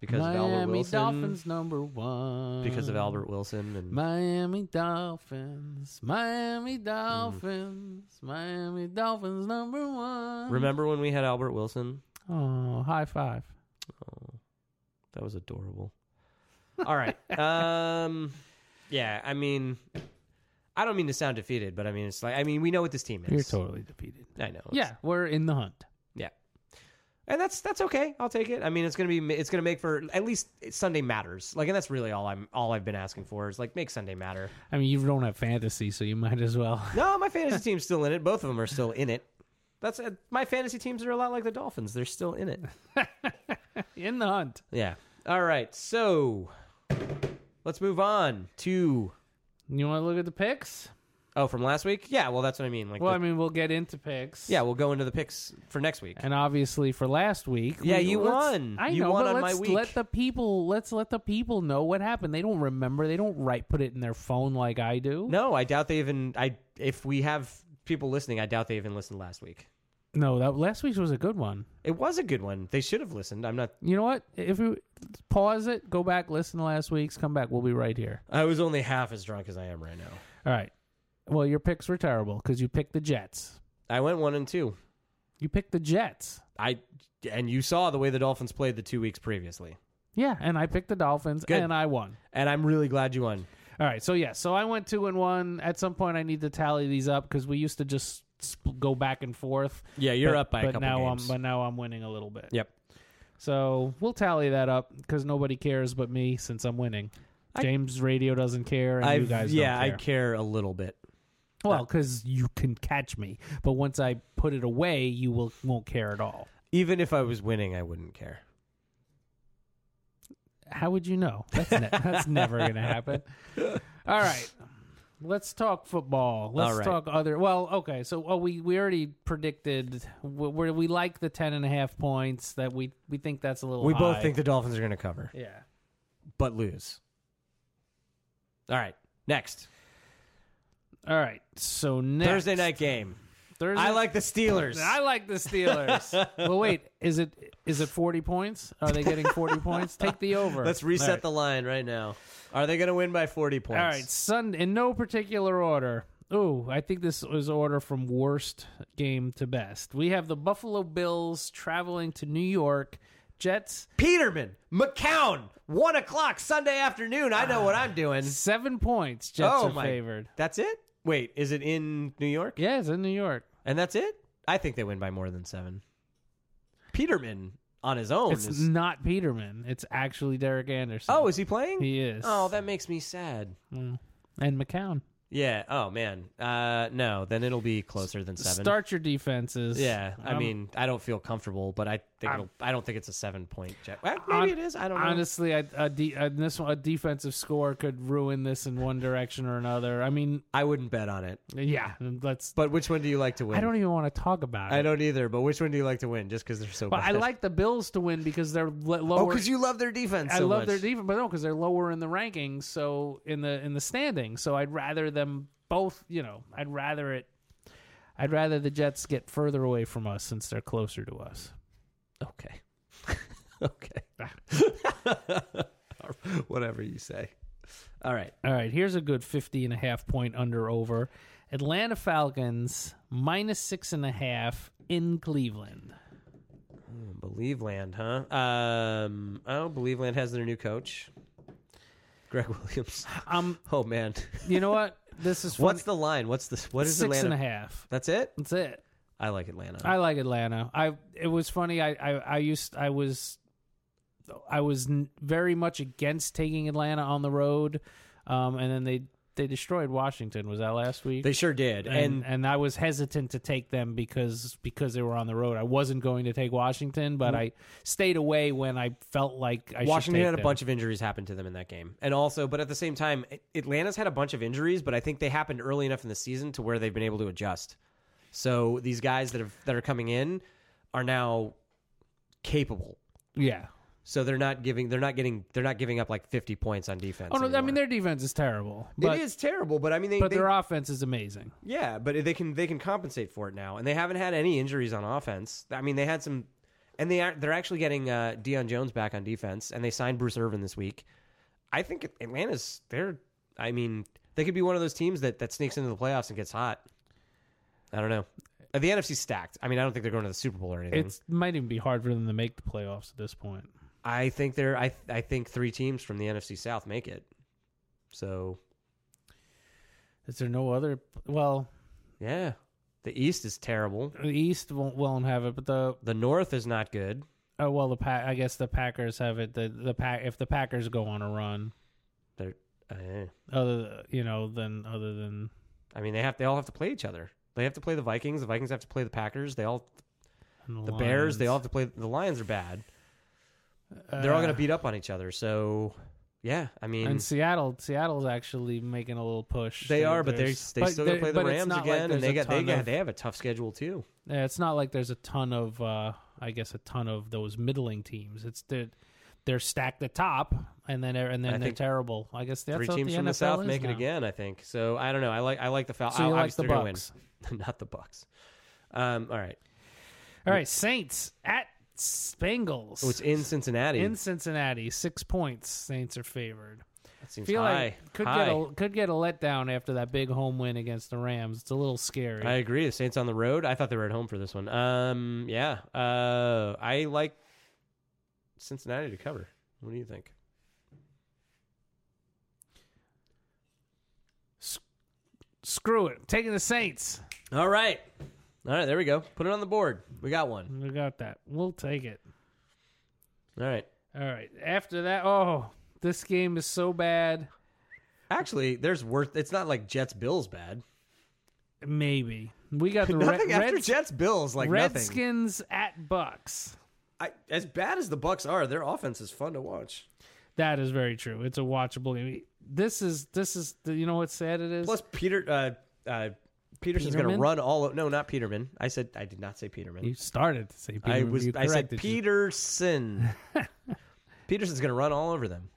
[SPEAKER 1] because of Albert
[SPEAKER 2] Miami
[SPEAKER 1] Wilson.
[SPEAKER 2] Dolphins number one.
[SPEAKER 1] Because of Albert Wilson and
[SPEAKER 2] Miami Dolphins. Miami Dolphins. Miami Dolphins number one.
[SPEAKER 1] remember when we had Albert Wilson?
[SPEAKER 2] Oh, high five.
[SPEAKER 1] Oh, that was adorable. All right. um, yeah. I mean, I don't mean to sound defeated, but I mean it's like I mean we know what this team is.
[SPEAKER 2] You're totally defeated.
[SPEAKER 1] I know. it's-
[SPEAKER 2] Yeah, we're in the hunt.
[SPEAKER 1] Yeah. And that's that's okay. I'll take it. I mean, it's gonna be it's gonna make for at least Sunday matters. Like, and that's really all I'm all I've been asking for is like make Sunday matter.
[SPEAKER 2] I mean, you don't have fantasy, so you might as well.
[SPEAKER 1] No, my fantasy team's still in it. Both of them are still in it. That's uh, my fantasy teams are a lot like the Dolphins. They're still in it.
[SPEAKER 2] in the hunt.
[SPEAKER 1] Yeah. All right. So let's move on to.
[SPEAKER 2] You want to look at the picks?
[SPEAKER 1] Oh, from last week? Yeah, well, that's what I mean. Like,
[SPEAKER 2] Well,
[SPEAKER 1] the-
[SPEAKER 2] I mean, we'll get into picks.
[SPEAKER 1] yeah, we'll go into the picks for next week.
[SPEAKER 2] And obviously for last week,
[SPEAKER 1] Yeah, you
[SPEAKER 2] let's-
[SPEAKER 1] won.
[SPEAKER 2] I
[SPEAKER 1] You
[SPEAKER 2] know,
[SPEAKER 1] won
[SPEAKER 2] but
[SPEAKER 1] on my
[SPEAKER 2] let's
[SPEAKER 1] week.
[SPEAKER 2] let the people let's let the people know what happened. They don't remember. They don't write put it in their phone like I do.
[SPEAKER 1] No, I doubt they even. I if we have people listening, I doubt they even listened last week.
[SPEAKER 2] No, that last week's was a good one.
[SPEAKER 1] It was a good one. They should have listened. I'm not.
[SPEAKER 2] You know what? If you pause it, go back, listen to last week's, come back. We'll be right here.
[SPEAKER 1] I was only half as drunk as I am right now.
[SPEAKER 2] All right. Well, your picks were terrible because you picked the Jets.
[SPEAKER 1] I went one and two.
[SPEAKER 2] You picked the Jets.
[SPEAKER 1] I and you saw the way the Dolphins played the two weeks previously,
[SPEAKER 2] Yeah, and I picked the Dolphins,
[SPEAKER 1] Good.
[SPEAKER 2] and I won.
[SPEAKER 1] and I'm really glad you won.
[SPEAKER 2] All right, so yeah, so I went two and one. At some point, I need to tally these up because we used to just sp- go back and forth.
[SPEAKER 1] Yeah, you're
[SPEAKER 2] But-
[SPEAKER 1] up by a
[SPEAKER 2] but
[SPEAKER 1] couple
[SPEAKER 2] now
[SPEAKER 1] games.
[SPEAKER 2] I'm, but now I'm winning a little bit.
[SPEAKER 1] Yep.
[SPEAKER 2] So we'll tally that up because nobody cares but me since I'm winning.
[SPEAKER 1] I-
[SPEAKER 2] James Radio doesn't care, and
[SPEAKER 1] I
[SPEAKER 2] you guys
[SPEAKER 1] yeah,
[SPEAKER 2] don't care.
[SPEAKER 1] I care a little bit.
[SPEAKER 2] Well, because you can catch me, but once I put it away, you will won't care at all.
[SPEAKER 1] Even if I was winning, I wouldn't care.
[SPEAKER 2] How would you know? That's ne- that's never going to happen. All right, let's talk football. Let's
[SPEAKER 1] All right.
[SPEAKER 2] talk other. Well, okay, so oh, we we already predicted we we're- we like the ten and a half points that we we think that's a little.
[SPEAKER 1] We both
[SPEAKER 2] high.
[SPEAKER 1] think the Dolphins are going to cover,
[SPEAKER 2] Yeah.
[SPEAKER 1] but lose. All right, next
[SPEAKER 2] All right, so next
[SPEAKER 1] Thursday night game.
[SPEAKER 2] Thursday.
[SPEAKER 1] I like the Steelers.
[SPEAKER 2] I like the Steelers. well, wait, is it is it forty points? Are they getting forty points? Take the over.
[SPEAKER 1] Let's reset the line right now. Are they going to win by 40 points?
[SPEAKER 2] All right, Sun in no particular order. Ooh, I think this is order from worst game to best. We have the Buffalo Bills traveling to New York. Jets
[SPEAKER 1] Peterman, McCown, 1 o'clock Sunday afternoon. I know what I'm doing.
[SPEAKER 2] seven points. Jets
[SPEAKER 1] Oh,
[SPEAKER 2] are
[SPEAKER 1] my-
[SPEAKER 2] favored.
[SPEAKER 1] That's it? Wait, is it in New York?
[SPEAKER 2] Yeah, it's in New York.
[SPEAKER 1] And that's it? I think they win by more than seven. Peterman on his own.
[SPEAKER 2] It's
[SPEAKER 1] is-
[SPEAKER 2] not Peterman. It's actually Derek Anderson.
[SPEAKER 1] oh, is he playing?
[SPEAKER 2] he is.
[SPEAKER 1] Oh, that makes me sad.
[SPEAKER 2] and McCown.
[SPEAKER 1] Yeah. Oh, man. Uh, no, then it'll be closer than seven.
[SPEAKER 2] Start Um, your defenses.
[SPEAKER 1] yeah, I
[SPEAKER 2] I'm-
[SPEAKER 1] mean, I don't feel comfortable, but I think it'll, I don't think it's a seven point check. Well, maybe
[SPEAKER 2] Hon-
[SPEAKER 1] it is. I don't know.
[SPEAKER 2] Honestly, I, a de- a, this one, a defensive score could ruin this in one direction or another. I mean,
[SPEAKER 1] I wouldn't bet on it.
[SPEAKER 2] yeah, let's.
[SPEAKER 1] But which one do you like to win?
[SPEAKER 2] I don't even want to talk about it.
[SPEAKER 1] I don't either. But which one do you like to win? Just because they're so.
[SPEAKER 2] But I
[SPEAKER 1] bad.
[SPEAKER 2] like the Bills to win because they're l-
[SPEAKER 1] Oh,
[SPEAKER 2] lower.
[SPEAKER 1] because you love their defense.
[SPEAKER 2] I
[SPEAKER 1] so
[SPEAKER 2] love
[SPEAKER 1] much.
[SPEAKER 2] their defense, but no, because they're lower in the rankings. So in the in the standings, so I'd rather them both. You know, I'd rather it. I'd rather the Jets get further away from us since they're closer to us.
[SPEAKER 1] Okay. okay. Whatever you say. All right.
[SPEAKER 2] All right, here's a good 50 and a half point under over. Atlanta Falcons minus six and a half in Cleveland.
[SPEAKER 1] Believeland, huh? Um. Oh, Believeland has their new coach, Greg Williams.
[SPEAKER 2] Um,
[SPEAKER 1] Oh man.
[SPEAKER 2] you know what? This is
[SPEAKER 1] What's the line? What's the what is
[SPEAKER 2] six
[SPEAKER 1] Atlanta?
[SPEAKER 2] and a half.
[SPEAKER 1] That's it.
[SPEAKER 2] That's it.
[SPEAKER 1] I like Atlanta.
[SPEAKER 2] I like Atlanta. I it was funny. I I, I used I was I was n- very much against taking Atlanta on the road, um, and then they they destroyed Washington. Was that last week?
[SPEAKER 1] they sure did.
[SPEAKER 2] and
[SPEAKER 1] And,
[SPEAKER 2] and I was hesitant to take them because because they were on the road. I wasn't going to take Washington, but I stayed away when I felt like I
[SPEAKER 1] Mm-hmm. Washington
[SPEAKER 2] should take
[SPEAKER 1] had a
[SPEAKER 2] them.
[SPEAKER 1] bunch of injuries happen to them in that game. And also, but at the same time, Atlanta's had a bunch of injuries, but I think they happened early enough in the season to where they've been able to adjust. So these guys that have that are coming in are now capable.
[SPEAKER 2] Yeah.
[SPEAKER 1] So they're not giving they're not getting they're not giving up like 50 points on defense.
[SPEAKER 2] Oh no! I
[SPEAKER 1] anymore.
[SPEAKER 2] mean, their defense is terrible, but
[SPEAKER 1] it is terrible, but I mean they,
[SPEAKER 2] but
[SPEAKER 1] they
[SPEAKER 2] their offense is amazing.
[SPEAKER 1] yeah, but they can they can compensate for it now, and they haven't had any injuries on offense. I mean, they had some, and they are they're actually getting uh, Deion Jones back on defense, and they signed Bruce Irvin this week. I think Atlanta's they're. I mean, they could be one of those teams that that sneaks into the playoffs and gets hot. I don't know. Uh, The NFC's stacked. I mean, I don't think they're going to the Super Bowl or anything.
[SPEAKER 2] It might even be hard for them to make the playoffs at this point.
[SPEAKER 1] I think they're. I I think three teams from the NFC South make it. So
[SPEAKER 2] Is there no other? Well,
[SPEAKER 1] yeah, the East is terrible.
[SPEAKER 2] the East won't won't have it, but the
[SPEAKER 1] The North is not good.
[SPEAKER 2] oh well, the pa- I guess the Packers have it. The the pack if the Packers go on a run,
[SPEAKER 1] They're. Uh,
[SPEAKER 2] other you know, then other than
[SPEAKER 1] I mean, they have they all have to play each other. They have to play the Vikings. The Vikings have to play the Packers. They all
[SPEAKER 2] and
[SPEAKER 1] the Bears. They all
[SPEAKER 2] Lions.
[SPEAKER 1] have to play the Lions. Are bad. They're all going to beat up on each other. So Yeah, I mean,
[SPEAKER 2] uh, And Seattle, Seattle's actually making a little push.
[SPEAKER 1] They
[SPEAKER 2] So
[SPEAKER 1] are, but they they
[SPEAKER 2] there's-
[SPEAKER 1] still got to
[SPEAKER 2] there-
[SPEAKER 1] play the
[SPEAKER 2] but it's
[SPEAKER 1] Rams
[SPEAKER 2] not like
[SPEAKER 1] again,
[SPEAKER 2] there's
[SPEAKER 1] and they
[SPEAKER 2] a
[SPEAKER 1] got they
[SPEAKER 2] ton
[SPEAKER 1] got
[SPEAKER 2] of-
[SPEAKER 1] they have a tough schedule too.
[SPEAKER 2] Yeah, it's not like there's a ton of, uh, I guess, a ton of those middling teams. It's that they're stacked at top, and then and
[SPEAKER 1] I
[SPEAKER 2] then they're
[SPEAKER 1] think
[SPEAKER 2] terrible. I guess that's
[SPEAKER 1] Three
[SPEAKER 2] what
[SPEAKER 1] teams
[SPEAKER 2] the
[SPEAKER 1] from
[SPEAKER 2] NFL
[SPEAKER 1] the South
[SPEAKER 2] is
[SPEAKER 1] make it
[SPEAKER 2] now.
[SPEAKER 1] again, I think. So I don't know. I like I like the Falcons.
[SPEAKER 2] So you like the
[SPEAKER 1] going
[SPEAKER 2] Bucks?
[SPEAKER 1] win, not the Bucks. Um, all right.
[SPEAKER 2] All right, Saints at Bengals.
[SPEAKER 1] Oh, it's in Cincinnati.
[SPEAKER 2] in Cincinnati. Six points. Saints are favored.
[SPEAKER 1] that seems
[SPEAKER 2] Feel
[SPEAKER 1] high.
[SPEAKER 2] like could
[SPEAKER 1] high.
[SPEAKER 2] get a could get a letdown after that big home win against the Rams. It's a little scary.
[SPEAKER 1] I agree. The Saints on the road. I thought they were at home for this one. Um, yeah. Uh, I like Cincinnati to cover. What do you think?
[SPEAKER 2] Screw it. Taking the Saints.
[SPEAKER 1] All right. All right. There we go. Put it on the board. We got one.
[SPEAKER 2] We got that. We'll take it.
[SPEAKER 1] All right.
[SPEAKER 2] All right. After that, oh, this game is so bad.
[SPEAKER 1] Actually, there's worth. It's not like Jets Bills bad.
[SPEAKER 2] Maybe we got the
[SPEAKER 1] nothing
[SPEAKER 2] Red,
[SPEAKER 1] after
[SPEAKER 2] Reds-
[SPEAKER 1] Jets Bills like nothing.
[SPEAKER 2] Redskins at Bucks.
[SPEAKER 1] I, as bad as the Bucks are, their offense is fun to watch.
[SPEAKER 2] That is very true. It's a watchable game. This is this is the, you know what sad it is.
[SPEAKER 1] Plus Peter uh, uh, Peterson's going to
[SPEAKER 2] Peterman?
[SPEAKER 1] run all. o- No, not Peterman. I said I did not say Peterman.
[SPEAKER 2] you started to say Peter,
[SPEAKER 1] I was
[SPEAKER 2] you
[SPEAKER 1] I said
[SPEAKER 2] corrected you.
[SPEAKER 1] Peterson. Peterson's going to run all over them.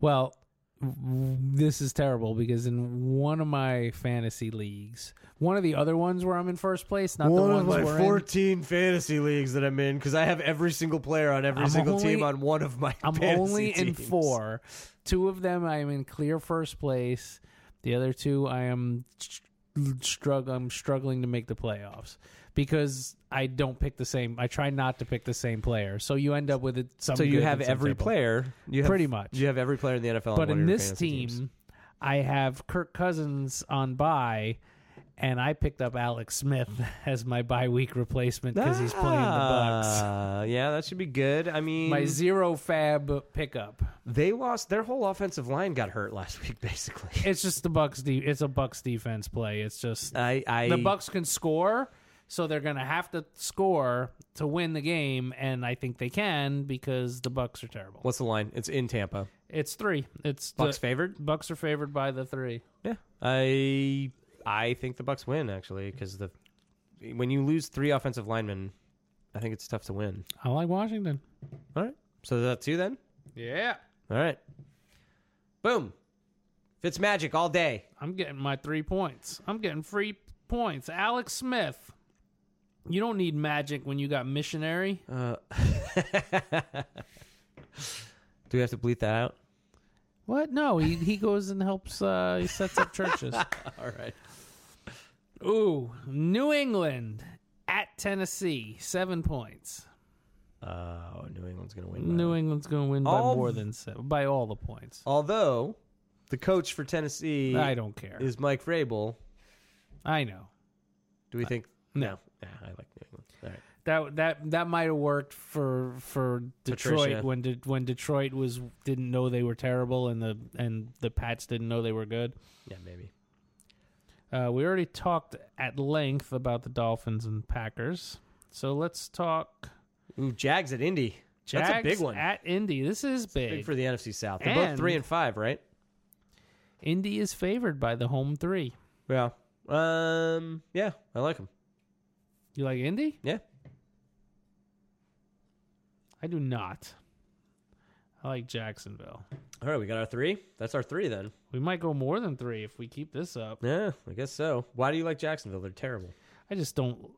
[SPEAKER 2] Well, w- this is terrible because in one of my fantasy leagues, one of the other ones where I'm in first place, not the ones we're in,
[SPEAKER 1] fantasy leagues that I'm in because I have every single player on every
[SPEAKER 2] I'm only-
[SPEAKER 1] one of my.
[SPEAKER 2] I'm
[SPEAKER 1] fantasy
[SPEAKER 2] only in
[SPEAKER 1] teams.
[SPEAKER 2] four. Two of them I am in clear first place. The other two I am struggle. I'm struggling to make the playoffs because I don't pick the same. I try not to pick the same player, so you end up with it. Some
[SPEAKER 1] So you
[SPEAKER 2] good
[SPEAKER 1] have
[SPEAKER 2] and some
[SPEAKER 1] every
[SPEAKER 2] terrible.
[SPEAKER 1] player. You have,
[SPEAKER 2] Pretty much.
[SPEAKER 1] You have every player in the NFL. on
[SPEAKER 2] But
[SPEAKER 1] one
[SPEAKER 2] in
[SPEAKER 1] of your
[SPEAKER 2] this
[SPEAKER 1] fantasy
[SPEAKER 2] team,
[SPEAKER 1] teams.
[SPEAKER 2] I have Kirk Cousins on bye, and I picked up Alex Smith as my bye week replacement because he's playing the Bucks.
[SPEAKER 1] Ah, yeah, that should be good. I mean,
[SPEAKER 2] My zero fab pickup.
[SPEAKER 1] they lost their whole offensive line got hurt last week. Basically,
[SPEAKER 2] It's just the Bucks. De- it's a Bucks defense play. It's just
[SPEAKER 1] I, I
[SPEAKER 2] the Bucks can score, so they're going to have to score to win the game, and I think they can because the Bucks are terrible.
[SPEAKER 1] What's the line? It's in Tampa.
[SPEAKER 2] It's three. It's
[SPEAKER 1] Bucks
[SPEAKER 2] the,
[SPEAKER 1] favored.
[SPEAKER 2] Bucks are favored by the three.
[SPEAKER 1] Yeah, I I think the Bucks win actually because the when you lose three offensive linemen, I think it's tough to win.
[SPEAKER 2] I like Washington.
[SPEAKER 1] All right, so that's two then.
[SPEAKER 2] Yeah,
[SPEAKER 1] All right, boom, Fitz magic all day.
[SPEAKER 2] I'm getting my three points. I'm getting free points. Alex Smith. You don't need magic when you got missionary.
[SPEAKER 1] Uh, do we have to bleep that out?
[SPEAKER 2] What? No, he, he goes and helps. Uh, he sets up churches.
[SPEAKER 1] All right,
[SPEAKER 2] Ooh, New England at Tennessee, seven points.
[SPEAKER 1] oh, New England's gonna win. by
[SPEAKER 2] New
[SPEAKER 1] then.
[SPEAKER 2] England's going to win by
[SPEAKER 1] All-
[SPEAKER 2] more than seven, by all the points.
[SPEAKER 1] Although the coach for Tennessee
[SPEAKER 2] I don't care.
[SPEAKER 1] is Mike Vrabel,
[SPEAKER 2] I know
[SPEAKER 1] do we think?
[SPEAKER 2] no.
[SPEAKER 1] Nah, I like New England. All right.
[SPEAKER 2] that that that might have worked for for Detroit
[SPEAKER 1] Patricia.
[SPEAKER 2] when De, when Detroit was didn't know they were terrible and the and the Pats didn't know they were good.
[SPEAKER 1] Yeah, maybe.
[SPEAKER 2] Uh, we already talked at length about the Dolphins and Packers, so let's talk.
[SPEAKER 1] Ooh, Jags at Indy.
[SPEAKER 2] Jags
[SPEAKER 1] That's a big one.
[SPEAKER 2] at Indy. This is big.
[SPEAKER 1] Big for the NFC South. They're both
[SPEAKER 2] And-
[SPEAKER 1] three and five, right?
[SPEAKER 2] Indy is favored by the home three.
[SPEAKER 1] Yeah. Um. Yeah, I like them.
[SPEAKER 2] You like Indy?
[SPEAKER 1] Yeah.
[SPEAKER 2] I do not. I like Jacksonville.
[SPEAKER 1] All right, we got our three. That's our three then.
[SPEAKER 2] We might go more than three if we keep this up.
[SPEAKER 1] Yeah, I guess so. Why do you like Jacksonville? They're terrible.
[SPEAKER 2] I just don't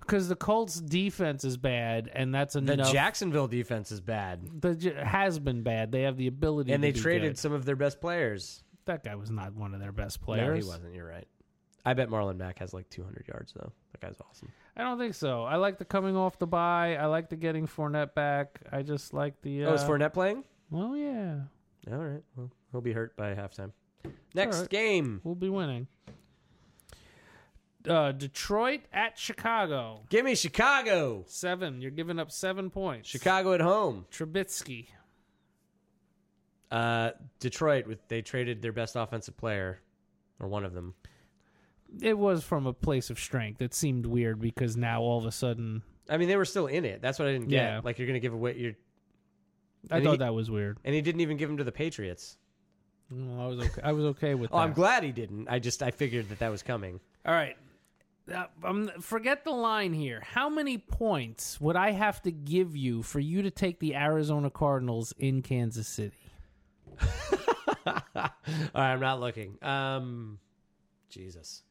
[SPEAKER 2] because the Colts' defense is bad, and that's enough.
[SPEAKER 1] Jacksonville defense is bad,
[SPEAKER 2] the J- has been bad. They have the ability,
[SPEAKER 1] and
[SPEAKER 2] to
[SPEAKER 1] they
[SPEAKER 2] be
[SPEAKER 1] traded
[SPEAKER 2] good.
[SPEAKER 1] some of their best players.
[SPEAKER 2] That guy was not one of their best
[SPEAKER 1] No,
[SPEAKER 2] players.
[SPEAKER 1] he wasn't. You're right. I bet Marlon Mack has like 200 yards though. That guy's awesome.
[SPEAKER 2] I don't think so. I like the coming off the bye. I like the getting Fournette back. I just like the. Uh,
[SPEAKER 1] Oh, is Fournette playing?
[SPEAKER 2] Well, yeah,
[SPEAKER 1] All right. Well, he'll be hurt by halftime. Next
[SPEAKER 2] right.
[SPEAKER 1] game.
[SPEAKER 2] we'll be winning. Uh, Detroit at Chicago.
[SPEAKER 1] Give me Chicago.
[SPEAKER 2] Seven. You're giving up seven points.
[SPEAKER 1] Chicago at home.
[SPEAKER 2] Trubisky.
[SPEAKER 1] Uh, Detroit with they traded their best offensive player, or one of them.
[SPEAKER 2] It was from a place of strength. It seemed weird because now all of a sudden,
[SPEAKER 1] I mean, they were still in it. That's what I didn't get.
[SPEAKER 2] Yeah.
[SPEAKER 1] Like you're gonna give away your
[SPEAKER 2] I
[SPEAKER 1] And
[SPEAKER 2] thought
[SPEAKER 1] he-
[SPEAKER 2] that was weird.
[SPEAKER 1] and he didn't even give him to the Patriots.
[SPEAKER 2] No, I was okay. I was okay with
[SPEAKER 1] Oh,
[SPEAKER 2] that.
[SPEAKER 1] I'm glad he didn't. I just I figured that that was coming.
[SPEAKER 2] All right. Uh, um, forget the line here. How many points would I have to give you for you to take the Arizona Cardinals in Kansas City?
[SPEAKER 1] All right, I'm not looking. Um, Jesus,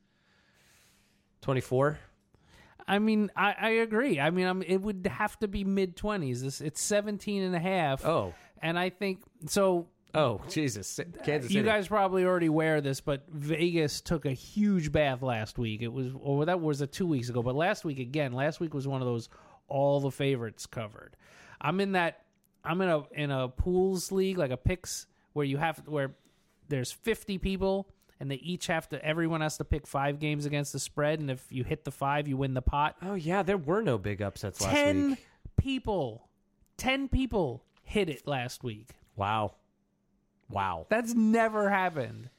[SPEAKER 1] twenty four.
[SPEAKER 2] I mean, I, I agree. I mean, I'm, it would have to be mid 20s. This It's 17 and a half.
[SPEAKER 1] Oh,
[SPEAKER 2] And I think so.
[SPEAKER 1] oh, Jesus, Kansas City.
[SPEAKER 2] You guys probably already wear this, but Vegas took a huge bath last week. It was, or that was a two weeks ago, but last week again. Last week was one of those all the favorites covered. I'm in that. I'm in a in a pools league like a picks where you have where there's 50 people and they each have to everyone has to pick five games against the spread and if you hit the five you win the pot.
[SPEAKER 1] oh yeah, there were no big upsets last
[SPEAKER 2] Ten
[SPEAKER 1] week.
[SPEAKER 2] people, ten people hit it last week.
[SPEAKER 1] Wow, wow.
[SPEAKER 2] That's never happened.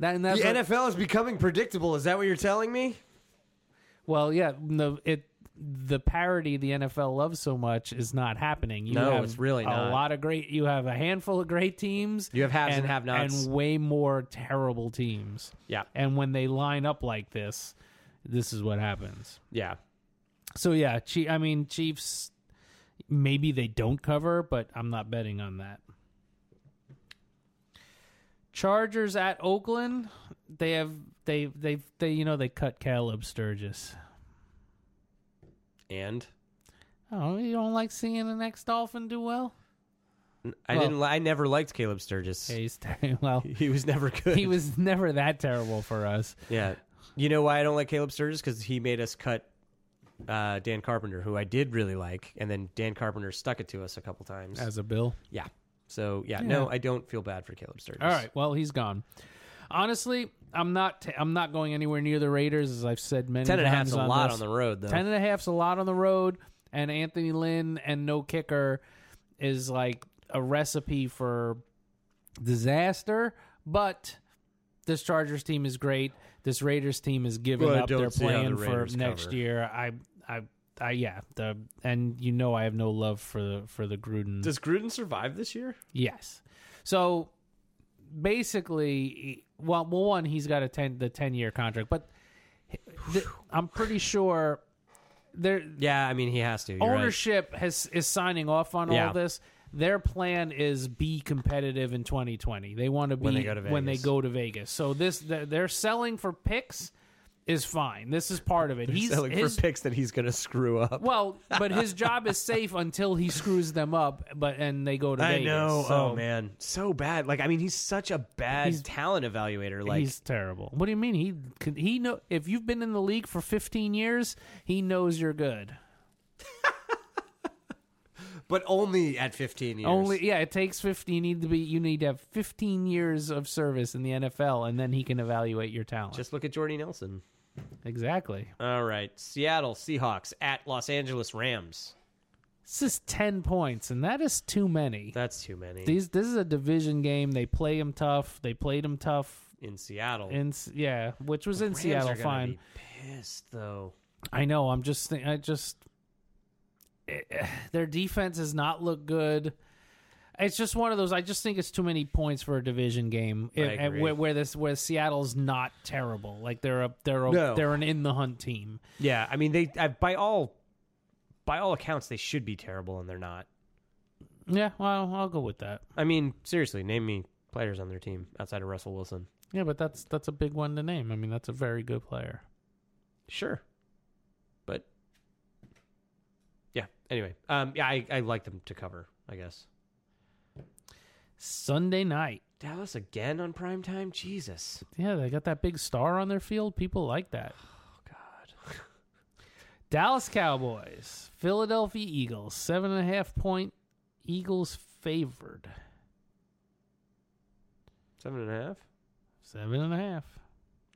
[SPEAKER 2] That, and that's
[SPEAKER 1] the
[SPEAKER 2] what-
[SPEAKER 1] NFL is becoming predictable. Is that what you're telling me?
[SPEAKER 2] Well, yeah, no, it the parody the NFL loves so much is not happening. You
[SPEAKER 1] No,
[SPEAKER 2] have
[SPEAKER 1] it's really
[SPEAKER 2] a
[SPEAKER 1] not.
[SPEAKER 2] lot of great. You have a handful of great teams.
[SPEAKER 1] You have haves and have-nots.
[SPEAKER 2] and way more terrible teams.
[SPEAKER 1] Yeah,
[SPEAKER 2] And when they line up like this, this is what happens.
[SPEAKER 1] yeah.
[SPEAKER 2] So yeah, Chi- I mean Chiefs. Maybe they don't cover, but I'm not betting on that. Chargers at Oakland. They have they they they you know they cut Caleb Sturgis.
[SPEAKER 1] And
[SPEAKER 2] Oh, you don't like seeing an ex dolphin do well?
[SPEAKER 1] I
[SPEAKER 2] Well-
[SPEAKER 1] didn't. li- I never liked Caleb Sturgis.
[SPEAKER 2] Yeah, he's ter- well,
[SPEAKER 1] He was never good.
[SPEAKER 2] he was never that terrible for us.
[SPEAKER 1] Yeah. You know why I don't like Caleb Sturgis? Because he made us cut uh, Dan Carpenter, who I did really like, and then Dan Carpenter stuck it to us a couple times.
[SPEAKER 2] As a bill.
[SPEAKER 1] yeah. So yeah, no, I don't feel bad for Caleb Sturgis.
[SPEAKER 2] All right, well, he's gone. Honestly, I'm not t- I'm not going anywhere near the Raiders as I've said many
[SPEAKER 1] Ten and a half's
[SPEAKER 2] times
[SPEAKER 1] a
[SPEAKER 2] on
[SPEAKER 1] lot
[SPEAKER 2] this.
[SPEAKER 1] on the road though.
[SPEAKER 2] Ten and a half's a lot on the road, and Anthony Lynn and no kicker is like a recipe for disaster. But this Chargers team is great. This Raiders team is giving
[SPEAKER 1] Well, I
[SPEAKER 2] up. They're
[SPEAKER 1] don't see how the
[SPEAKER 2] playing for
[SPEAKER 1] Raiders
[SPEAKER 2] next
[SPEAKER 1] cover.
[SPEAKER 2] year. I, I, I, yeah. The and you know I have no love for the for the Gruden.
[SPEAKER 1] Does Gruden survive this year?
[SPEAKER 2] yes. So basically, well, well, one he's got a ten the ten year contract, but th- I'm pretty sure there
[SPEAKER 1] Yeah, I mean he has to. You're right.
[SPEAKER 2] ownership has is signing off on
[SPEAKER 1] Yeah.
[SPEAKER 2] all this. Their plan is be competitive in 2020. They want to be
[SPEAKER 1] When they go to
[SPEAKER 2] when they
[SPEAKER 1] Vegas.
[SPEAKER 2] go to Vegas. So this th- they're selling for picks is fine. This is part of it. He's
[SPEAKER 1] selling
[SPEAKER 2] his,
[SPEAKER 1] for picks that he's gonna screw up.
[SPEAKER 2] well, but his job is safe until he screws them up. But and they go to
[SPEAKER 1] I
[SPEAKER 2] Vegas.
[SPEAKER 1] know.
[SPEAKER 2] So
[SPEAKER 1] oh man, so bad. Like I mean, he's such a bad
[SPEAKER 2] He's-
[SPEAKER 1] talent evaluator. Like
[SPEAKER 2] he's terrible. What do you mean? He could- he know if you've been in the league for 15 years, he knows you're good.
[SPEAKER 1] but only at 15 years.
[SPEAKER 2] Only yeah, it takes fifteen. You need to be you need to have fifteen years of service in the NFL, and then he can evaluate your talent.
[SPEAKER 1] just look at Jordy Nelson.
[SPEAKER 2] exactly.
[SPEAKER 1] All right. Seattle Seahawks at Los Angeles Rams.
[SPEAKER 2] This is ten points, and that is too many.
[SPEAKER 1] That's too many.
[SPEAKER 2] These this is a division game. They play him tough. They played him tough.
[SPEAKER 1] in Seattle.
[SPEAKER 2] In S- yeah, which was in
[SPEAKER 1] Rams
[SPEAKER 2] Seattle.
[SPEAKER 1] are gonna
[SPEAKER 2] Fine.
[SPEAKER 1] Be pissed though.
[SPEAKER 2] I know. I'm just. Think, I just. eh, their defense has not looked good. It's just one of those. I just think it's too many points for a division game
[SPEAKER 1] I
[SPEAKER 2] and- and
[SPEAKER 1] agree.
[SPEAKER 2] where, where this where Seattle's not terrible. Like they're a they're a,
[SPEAKER 1] No.
[SPEAKER 2] they're an in the hunt team.
[SPEAKER 1] Yeah, I mean they I, by all by all accounts they should be terrible and they're not.
[SPEAKER 2] Yeah, well, I'll go with that.
[SPEAKER 1] I mean, seriously, name me players on their team outside of Russell Wilson.
[SPEAKER 2] Yeah, but that's that's a big one to name. I mean, that's a very good player.
[SPEAKER 1] Sure. But Yeah, anyway. Um yeah, I, I like them to cover, I guess.
[SPEAKER 2] Sunday night.
[SPEAKER 1] Dallas again on primetime? Jesus.
[SPEAKER 2] Yeah, they got that big star on their field. People like that.
[SPEAKER 1] Oh god.
[SPEAKER 2] Dallas Cowboys, Philadelphia Eagles, seven and a half point Eagles favored.
[SPEAKER 1] Seven and a half?
[SPEAKER 2] Seven and a half.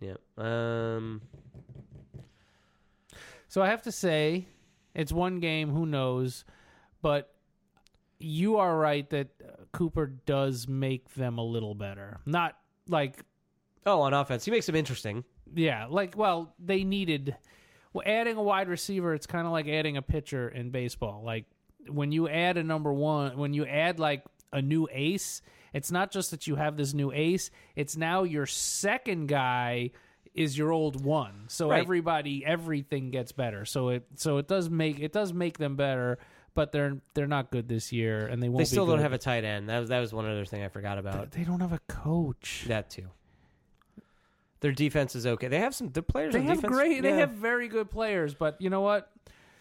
[SPEAKER 1] Yeah. Um
[SPEAKER 2] So I have to say, it's one game. Who knows? But you are right that uh, Cooper does make them a little better. Not like
[SPEAKER 1] Oh, on offense. He makes them interesting.
[SPEAKER 2] yeah, like well, they needed well, adding a wide receiver. It's kind of like adding a pitcher in baseball. Like when you add a number one, when you add like a new ace, it's not just that you have this new ace, it's now your second guy is your old one. So
[SPEAKER 1] Right.
[SPEAKER 2] everybody everything gets better. So it so it does make it does make them better, but they're they're not good this year and they won't
[SPEAKER 1] They still
[SPEAKER 2] be
[SPEAKER 1] don't
[SPEAKER 2] good.
[SPEAKER 1] have a tight end. That was that was one other thing I forgot about.
[SPEAKER 2] they don't have a coach.
[SPEAKER 1] That too. Their defense is okay. They have some. The players.
[SPEAKER 2] They
[SPEAKER 1] on
[SPEAKER 2] have
[SPEAKER 1] defense-
[SPEAKER 2] great they
[SPEAKER 1] yeah.
[SPEAKER 2] have very good players, but you know what?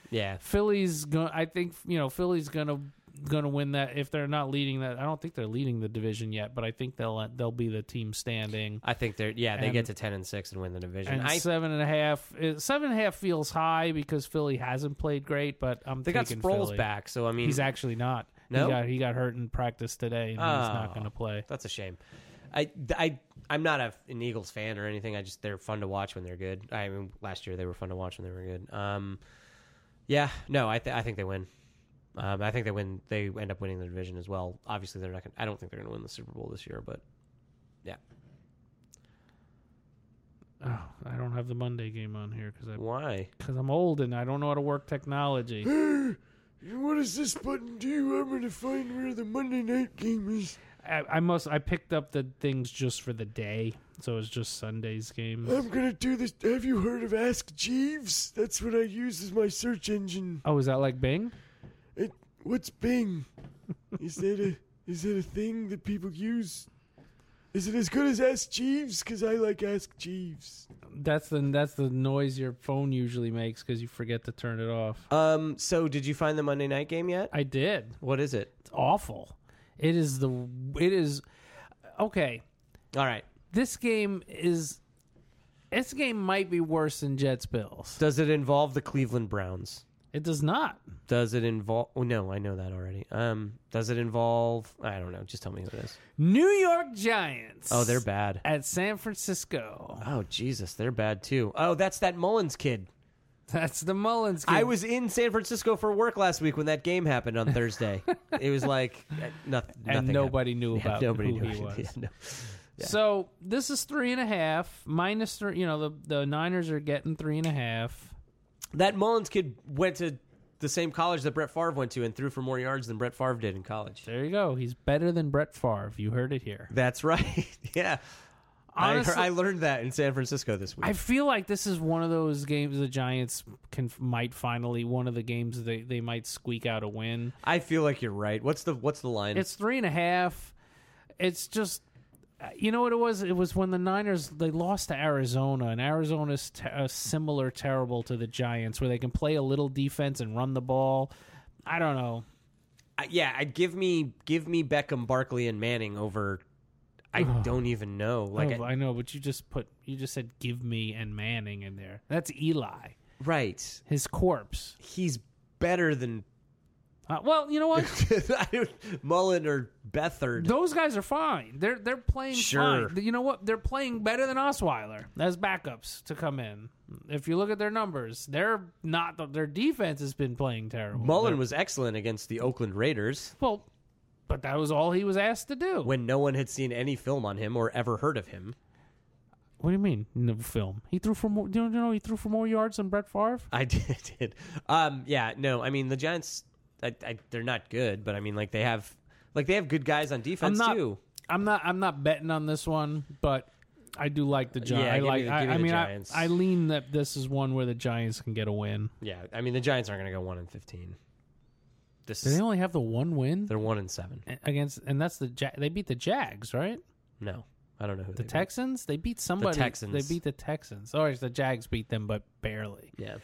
[SPEAKER 1] Yeah.
[SPEAKER 2] Philly's going I think you know Philly's going to going to win that if they're not leading that. I don't think they're leading the division yet, but I think they'll they'll be the team standing.
[SPEAKER 1] I think they're. Yeah, they
[SPEAKER 2] And-
[SPEAKER 1] get to ten and six and win the division.
[SPEAKER 2] And
[SPEAKER 1] I
[SPEAKER 2] seven and a half, uh, seven and a half feels high because Philly hasn't played great, but I'm
[SPEAKER 1] they got
[SPEAKER 2] taking
[SPEAKER 1] Sproles
[SPEAKER 2] Philly.
[SPEAKER 1] back, so I mean,
[SPEAKER 2] He's actually not.
[SPEAKER 1] No?
[SPEAKER 2] he got, he got hurt in practice today, and he's
[SPEAKER 1] Oh.
[SPEAKER 2] not going to play.
[SPEAKER 1] that's a shame. I, I, I'm not a, an Eagles fan or anything. I just they're fun to watch when they're good. I mean, last year they were fun to watch when they were good. Um, yeah, no, I, th- I think they win. Um, I think they win. They end up winning the division as well. Obviously, they're not. Gonna, I don't think they're going to win the Super Bowl this year, but yeah.
[SPEAKER 2] Oh, I don't have the Monday game on here because I
[SPEAKER 1] Why?
[SPEAKER 2] because I'm old and I don't know how to work technology.
[SPEAKER 3] What does this button do? I'm gonna find where the Monday night game is.
[SPEAKER 2] I, I must. I picked up the things just for the day, so it's just Sunday's game.
[SPEAKER 3] I'm gonna do this. Have you heard of Ask Jeeves? That's what I use as my search engine.
[SPEAKER 2] Oh, is that like Bing?
[SPEAKER 3] It, what's Bing? Is that a is that a thing that people use? Is it as good as Ask Jeeves? Cause I like Ask Jeeves.
[SPEAKER 2] That's the that's the noise your phone usually makes because you forget to turn it off.
[SPEAKER 1] Um. So, did you find the Monday night game yet?
[SPEAKER 2] I did.
[SPEAKER 1] What is it?
[SPEAKER 2] It's awful. It is the it is okay.
[SPEAKER 1] All right.
[SPEAKER 2] This game is this game might be worse than Jets Bills.
[SPEAKER 1] Does it involve the Cleveland Browns?
[SPEAKER 2] It does not.
[SPEAKER 1] Does it involve? Oh, no, I know that already. Um, does it involve? I don't know. Just tell me who it is.
[SPEAKER 2] New York Giants.
[SPEAKER 1] Oh, they're bad.
[SPEAKER 2] at San Francisco.
[SPEAKER 1] Oh Jesus, they're bad too. Oh, that's that Mullins kid.
[SPEAKER 2] That's the Mullins. Game.
[SPEAKER 1] I was in San Francisco for work last week when that game happened on Thursday. it was like uh, noth- nothing.
[SPEAKER 2] and
[SPEAKER 1] happened.
[SPEAKER 2] nobody knew
[SPEAKER 1] Yeah,
[SPEAKER 2] about
[SPEAKER 1] nobody
[SPEAKER 2] who
[SPEAKER 1] knew
[SPEAKER 2] he was.
[SPEAKER 1] Yeah, no. Yeah.
[SPEAKER 2] So this is three and a half minus three. You know the the Niners are getting three and a half.
[SPEAKER 1] That Mullins kid went to the same college that Brett Favre went to and threw for more yards than Brett Favre did in college.
[SPEAKER 2] There you go. He's better than Brett Favre. You heard it here.
[SPEAKER 1] That's right. yeah. I heard-
[SPEAKER 2] Honestly-
[SPEAKER 1] I, learned that in San Francisco this week.
[SPEAKER 2] I feel like this is one of those games the Giants can might finally one of the games they they might squeak out a win.
[SPEAKER 1] I feel like you're right. What's the what's the line?
[SPEAKER 2] It's three and a half. It's just. You know what it was? It was when the Niners they lost to Arizona, and Arizona's te- uh, similar terrible to the Giants, where they can play a little defense and run the ball. I don't know.
[SPEAKER 1] I, yeah, I give me give me Beckham, Barkley, and Manning over. I don't even know. Like,
[SPEAKER 2] oh,
[SPEAKER 1] I-
[SPEAKER 2] I, know, but you just put you just said give me and Manning in there. That's Eli,
[SPEAKER 1] right?
[SPEAKER 2] his corpse.
[SPEAKER 1] He's better than
[SPEAKER 2] Uh, well, you know what?
[SPEAKER 1] I don't- Mullen or Bethard.
[SPEAKER 2] Those guys are fine. They're they're playing
[SPEAKER 1] Sure.
[SPEAKER 2] fine. You know what? They're playing better than Osweiler as backups to come in. If you look at their numbers, they're not. Their defense has been playing terrible.
[SPEAKER 1] Mullen
[SPEAKER 2] They're-
[SPEAKER 1] was excellent against the Oakland Raiders
[SPEAKER 2] well, but that was all he was asked to do.
[SPEAKER 1] when no one had seen any film on him or ever heard of him.
[SPEAKER 2] what do you mean? No film. He threw for more. Do you know he threw for more yards than Brett Favre?
[SPEAKER 1] I did. did. Um, yeah, no. I mean, the Giants. I, I, they're not good, but I mean, like they have, like they have good guys on defense
[SPEAKER 2] I'm not,
[SPEAKER 1] too.
[SPEAKER 2] I'm not. I'm not betting on this one, but I do like the Giants.
[SPEAKER 1] Yeah,
[SPEAKER 2] I
[SPEAKER 1] give me
[SPEAKER 2] like.
[SPEAKER 1] the-
[SPEAKER 2] I,
[SPEAKER 1] give me
[SPEAKER 2] I
[SPEAKER 1] the
[SPEAKER 2] mean, I,
[SPEAKER 1] Giants.
[SPEAKER 2] I lean that this is one where the Giants can get a win.
[SPEAKER 1] Yeah, I mean, the Giants aren't going to go one and fifteen. This
[SPEAKER 2] Do they
[SPEAKER 1] is
[SPEAKER 2] only have the one win
[SPEAKER 1] they're one and seven.
[SPEAKER 2] against? And that's the ja- they beat the Jags, right?
[SPEAKER 1] No, I don't know who
[SPEAKER 2] The
[SPEAKER 1] they were.
[SPEAKER 2] Texans. They beat somebody.
[SPEAKER 1] Texans.
[SPEAKER 2] They beat the Texans. Oh, it's the Jags beat them, but barely.
[SPEAKER 1] Yeah.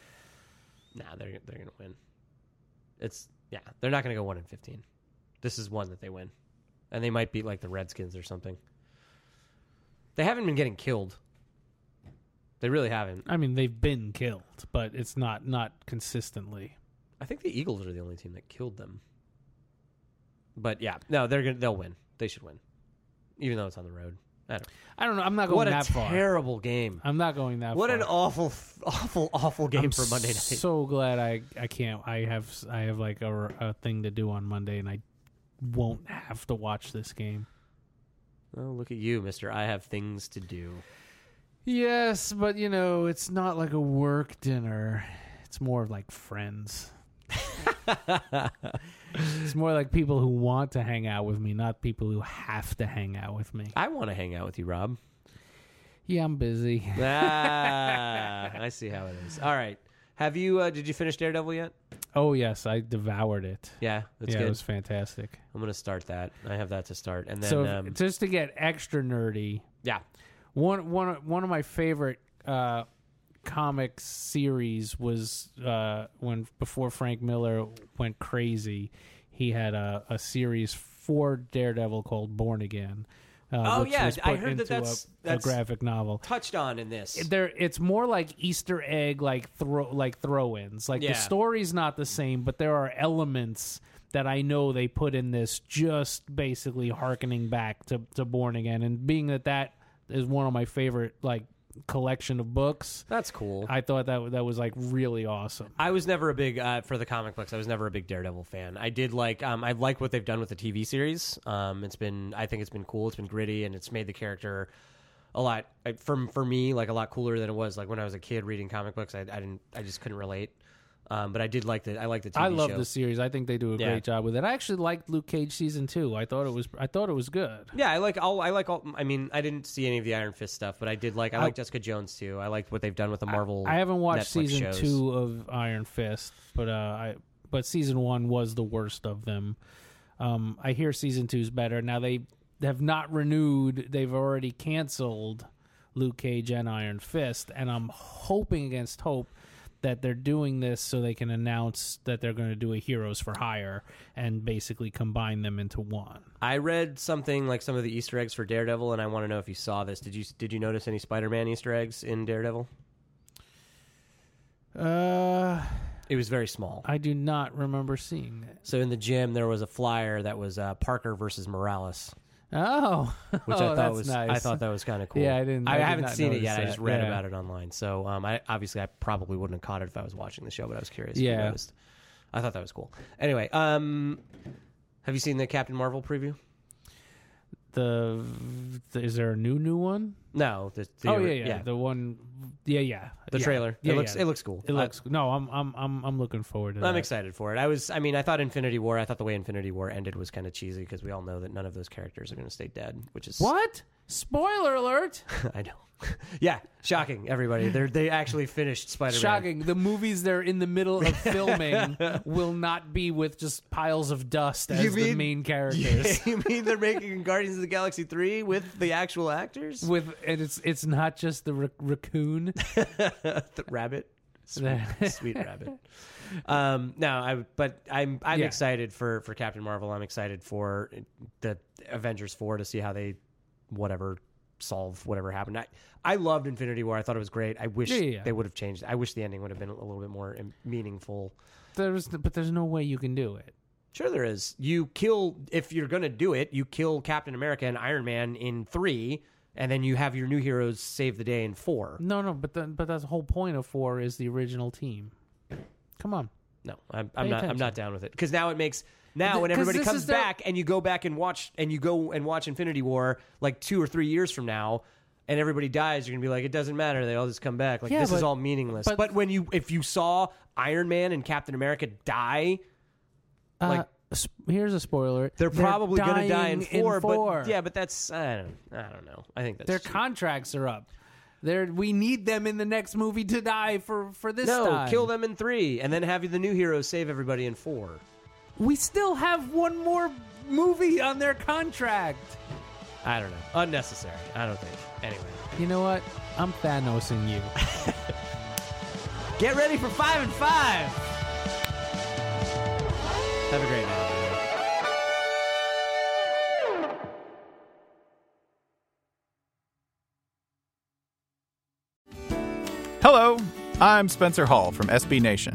[SPEAKER 1] Nah, they're they're gonna win. It's yeah, they're not gonna go one in fifteen. This is one that they win, and they might beat like the Redskins or something. They haven't been getting killed. They really haven't.
[SPEAKER 2] I mean, they've been killed, but it's not not consistently.
[SPEAKER 1] I think the Eagles are the only team that killed them. But yeah, no, they're gonna they'll win. They should win, even though it's on the road. I don't.
[SPEAKER 2] I don't know. I'm not going
[SPEAKER 1] What a
[SPEAKER 2] that far.
[SPEAKER 1] terrible game!
[SPEAKER 2] I'm not going that
[SPEAKER 1] What
[SPEAKER 2] far.
[SPEAKER 1] an awful, f- awful, awful game
[SPEAKER 2] I'm
[SPEAKER 1] for Monday night.
[SPEAKER 2] So glad I I can't. I have I have like a, a thing to do on Monday, and I won't have to watch this game.
[SPEAKER 1] oh, look at you, Mister. I have things to do.
[SPEAKER 2] Yes, but you know it's not like a work dinner. It's more like friends. It's more like people who want to hang out with me, not people who have to hang out with me.
[SPEAKER 1] I want to hang out with you, Rob.
[SPEAKER 2] Yeah, I'm busy.
[SPEAKER 1] Ah, I see how it is. All right. Have you? Uh, did you finish Daredevil yet?
[SPEAKER 2] Oh yes, I devoured it.
[SPEAKER 1] Yeah, that's
[SPEAKER 2] yeah,
[SPEAKER 1] good.
[SPEAKER 2] it was fantastic.
[SPEAKER 1] I'm gonna start that. I have that to start, and then
[SPEAKER 2] so if-
[SPEAKER 1] um,
[SPEAKER 2] just to get extra nerdy,
[SPEAKER 1] yeah,
[SPEAKER 2] one one of- one of my favorite uh, comic series was uh, when before Frank Miller went crazy, he had a, a series for Daredevil called Born Again. Uh,
[SPEAKER 1] Oh,
[SPEAKER 2] which
[SPEAKER 1] yeah,
[SPEAKER 2] was
[SPEAKER 1] I
[SPEAKER 2] put
[SPEAKER 1] heard that
[SPEAKER 2] into a-
[SPEAKER 1] that's-
[SPEAKER 2] a
[SPEAKER 1] that's-
[SPEAKER 2] graphic novel.
[SPEAKER 1] touched on in this.
[SPEAKER 2] There, it's more like Easter egg, like throw, like throw-ins. Like
[SPEAKER 1] Yeah.
[SPEAKER 2] the story's not the same, but there are elements that I know they put in this, just basically harkening back to to Born Again. And being that that is one of my favorite like collection of books,
[SPEAKER 1] That's cool. I,
[SPEAKER 2] I thought that that was like really awesome.
[SPEAKER 1] was never a big uh, for the comic books. I was never a big Daredevil fan. I did like um, I like what they've done with the TV series. Um, it's been I think it's been cool. It's been gritty and it's made the character a lot like, for for me like a lot cooler than it was like when I was a kid reading comic books. I, I didn't I just couldn't relate. Um, but I did like the I like the TV
[SPEAKER 2] I love
[SPEAKER 1] show.
[SPEAKER 2] the series. I think they do a
[SPEAKER 1] Yeah.
[SPEAKER 2] great job with it. I actually liked Luke Cage season two. I thought it was I thought it was good.
[SPEAKER 1] Yeah, I like all. I like all. I mean, I didn't see any of the Iron Fist stuff, but I did like. I, like Jessica Jones too. I liked what they've done with the Marvel.
[SPEAKER 2] I haven't watched
[SPEAKER 1] Netflix
[SPEAKER 2] season
[SPEAKER 1] shows.
[SPEAKER 2] two of Iron Fist, but uh, I but season one was the worst of them. Um, I hear season two's better. Now they have not renewed; they've already canceled Luke Cage and Iron Fist, and I'm hoping against hope that they're doing this so they can announce that they're going to do a Heroes for Hire and basically combine them into one.
[SPEAKER 1] I read something like some of the Easter eggs for Daredevil, and I want to know if you saw this. Did you Did you notice any Spider Man Easter eggs in Daredevil?
[SPEAKER 2] Uh,
[SPEAKER 1] It was very small.
[SPEAKER 2] I do not remember seeing that.
[SPEAKER 1] So in the gym, there was a flyer that was uh, Parker versus Morales,
[SPEAKER 2] Oh,
[SPEAKER 1] which
[SPEAKER 2] Oh,
[SPEAKER 1] I thought
[SPEAKER 2] that's
[SPEAKER 1] was
[SPEAKER 2] nice.
[SPEAKER 1] I thought that was kind of cool.
[SPEAKER 2] Yeah, I didn't-
[SPEAKER 1] I,
[SPEAKER 2] I did
[SPEAKER 1] haven't
[SPEAKER 2] not
[SPEAKER 1] seen it
[SPEAKER 2] notice
[SPEAKER 1] yet. I
[SPEAKER 2] that.
[SPEAKER 1] just read
[SPEAKER 2] Yeah.
[SPEAKER 1] about it online. So um, I obviously I probably wouldn't have caught it if I was watching the show, but I was curious. If you
[SPEAKER 2] Yeah.
[SPEAKER 1] noticed. I thought that was cool. Anyway, um, have you seen the Captain Marvel preview?
[SPEAKER 2] the, is there a new new one?
[SPEAKER 1] No. The, the,
[SPEAKER 2] oh yeah, yeah,
[SPEAKER 1] The,
[SPEAKER 2] The one, yeah, yeah. Yeah.
[SPEAKER 1] trailer.
[SPEAKER 2] Yeah,
[SPEAKER 1] it looks uh,
[SPEAKER 2] yeah.
[SPEAKER 1] it looks cool.
[SPEAKER 2] It looks. No, I'm, I'm, I'm, I'm looking forward to
[SPEAKER 1] I,
[SPEAKER 2] that.
[SPEAKER 1] am excited for it. I was I mean, I thought Infinity War, I thought the way Infinity War ended was kind of cheesy because we all know that none of those characters are going to stay dead, which is
[SPEAKER 2] What? Spoiler alert!
[SPEAKER 1] I know. yeah, shocking everybody. They they actually finished Spider-Man.
[SPEAKER 2] Shocking. The movies they're in the middle of filming will not be with just piles of dust as
[SPEAKER 1] You
[SPEAKER 2] the
[SPEAKER 1] mean-
[SPEAKER 2] main characters.
[SPEAKER 1] you mean they're making Guardians of the Galaxy 3 with the actual actors?
[SPEAKER 2] With and it's it's not just the ra- raccoon.
[SPEAKER 1] the rabbit. Sweet, sweet rabbit. Um, no, I but I'm I'm
[SPEAKER 2] Yeah.
[SPEAKER 1] excited for for Captain Marvel. I'm excited for the Avengers four to see how they whatever solve whatever happened. I I loved Infinity War. I thought it was great. I wish
[SPEAKER 2] Yeah, yeah, yeah.
[SPEAKER 1] they would have changed. I wish the ending would have been a little bit more im- meaningful.
[SPEAKER 2] There's but there's no way you can do it.
[SPEAKER 1] Sure, there is. You kill if you're gonna do it. You kill Captain America and Iron Man in three, and then you have your new heroes save the day in four.
[SPEAKER 2] No, no. But the, but that's the whole point of four is the original team. Come on.
[SPEAKER 1] No, I'm, I'm
[SPEAKER 2] Pay
[SPEAKER 1] not. I'm not
[SPEAKER 2] attention.
[SPEAKER 1] down with it because now it makes now when
[SPEAKER 2] 'cause
[SPEAKER 1] everybody
[SPEAKER 2] this
[SPEAKER 1] comes
[SPEAKER 2] is their-
[SPEAKER 1] back and you go back and watch and you go and watch Infinity War like two or three years from now. And everybody dies. You're gonna be like, it doesn't matter. They all just come back. Like
[SPEAKER 2] Yeah,
[SPEAKER 1] this is
[SPEAKER 2] but-
[SPEAKER 1] all meaningless. But,
[SPEAKER 2] but-
[SPEAKER 1] when you, if you saw Iron Man and Captain America die,
[SPEAKER 2] Like
[SPEAKER 1] Like-
[SPEAKER 2] Uh, here's a spoiler.
[SPEAKER 1] they're probably gonna die in
[SPEAKER 2] dying
[SPEAKER 1] four. But yeah, but that's I don't, I don't know. I think that's
[SPEAKER 2] Their
[SPEAKER 1] cheap.
[SPEAKER 2] contracts are up. They're, we need them in the next movie to die for, for this
[SPEAKER 1] no.
[SPEAKER 2] time.
[SPEAKER 1] Kill them in three, and then have the new heroes save everybody in four.
[SPEAKER 2] We still have one more movie on their contract.
[SPEAKER 1] I don't know. Unnecessary. I don't think. Anyway.
[SPEAKER 2] You know what? I'm Thanosing you.
[SPEAKER 1] Get ready for five and five. Have a great night. everyone.
[SPEAKER 4] Hello, I'm Spencer Hall from SB Nation,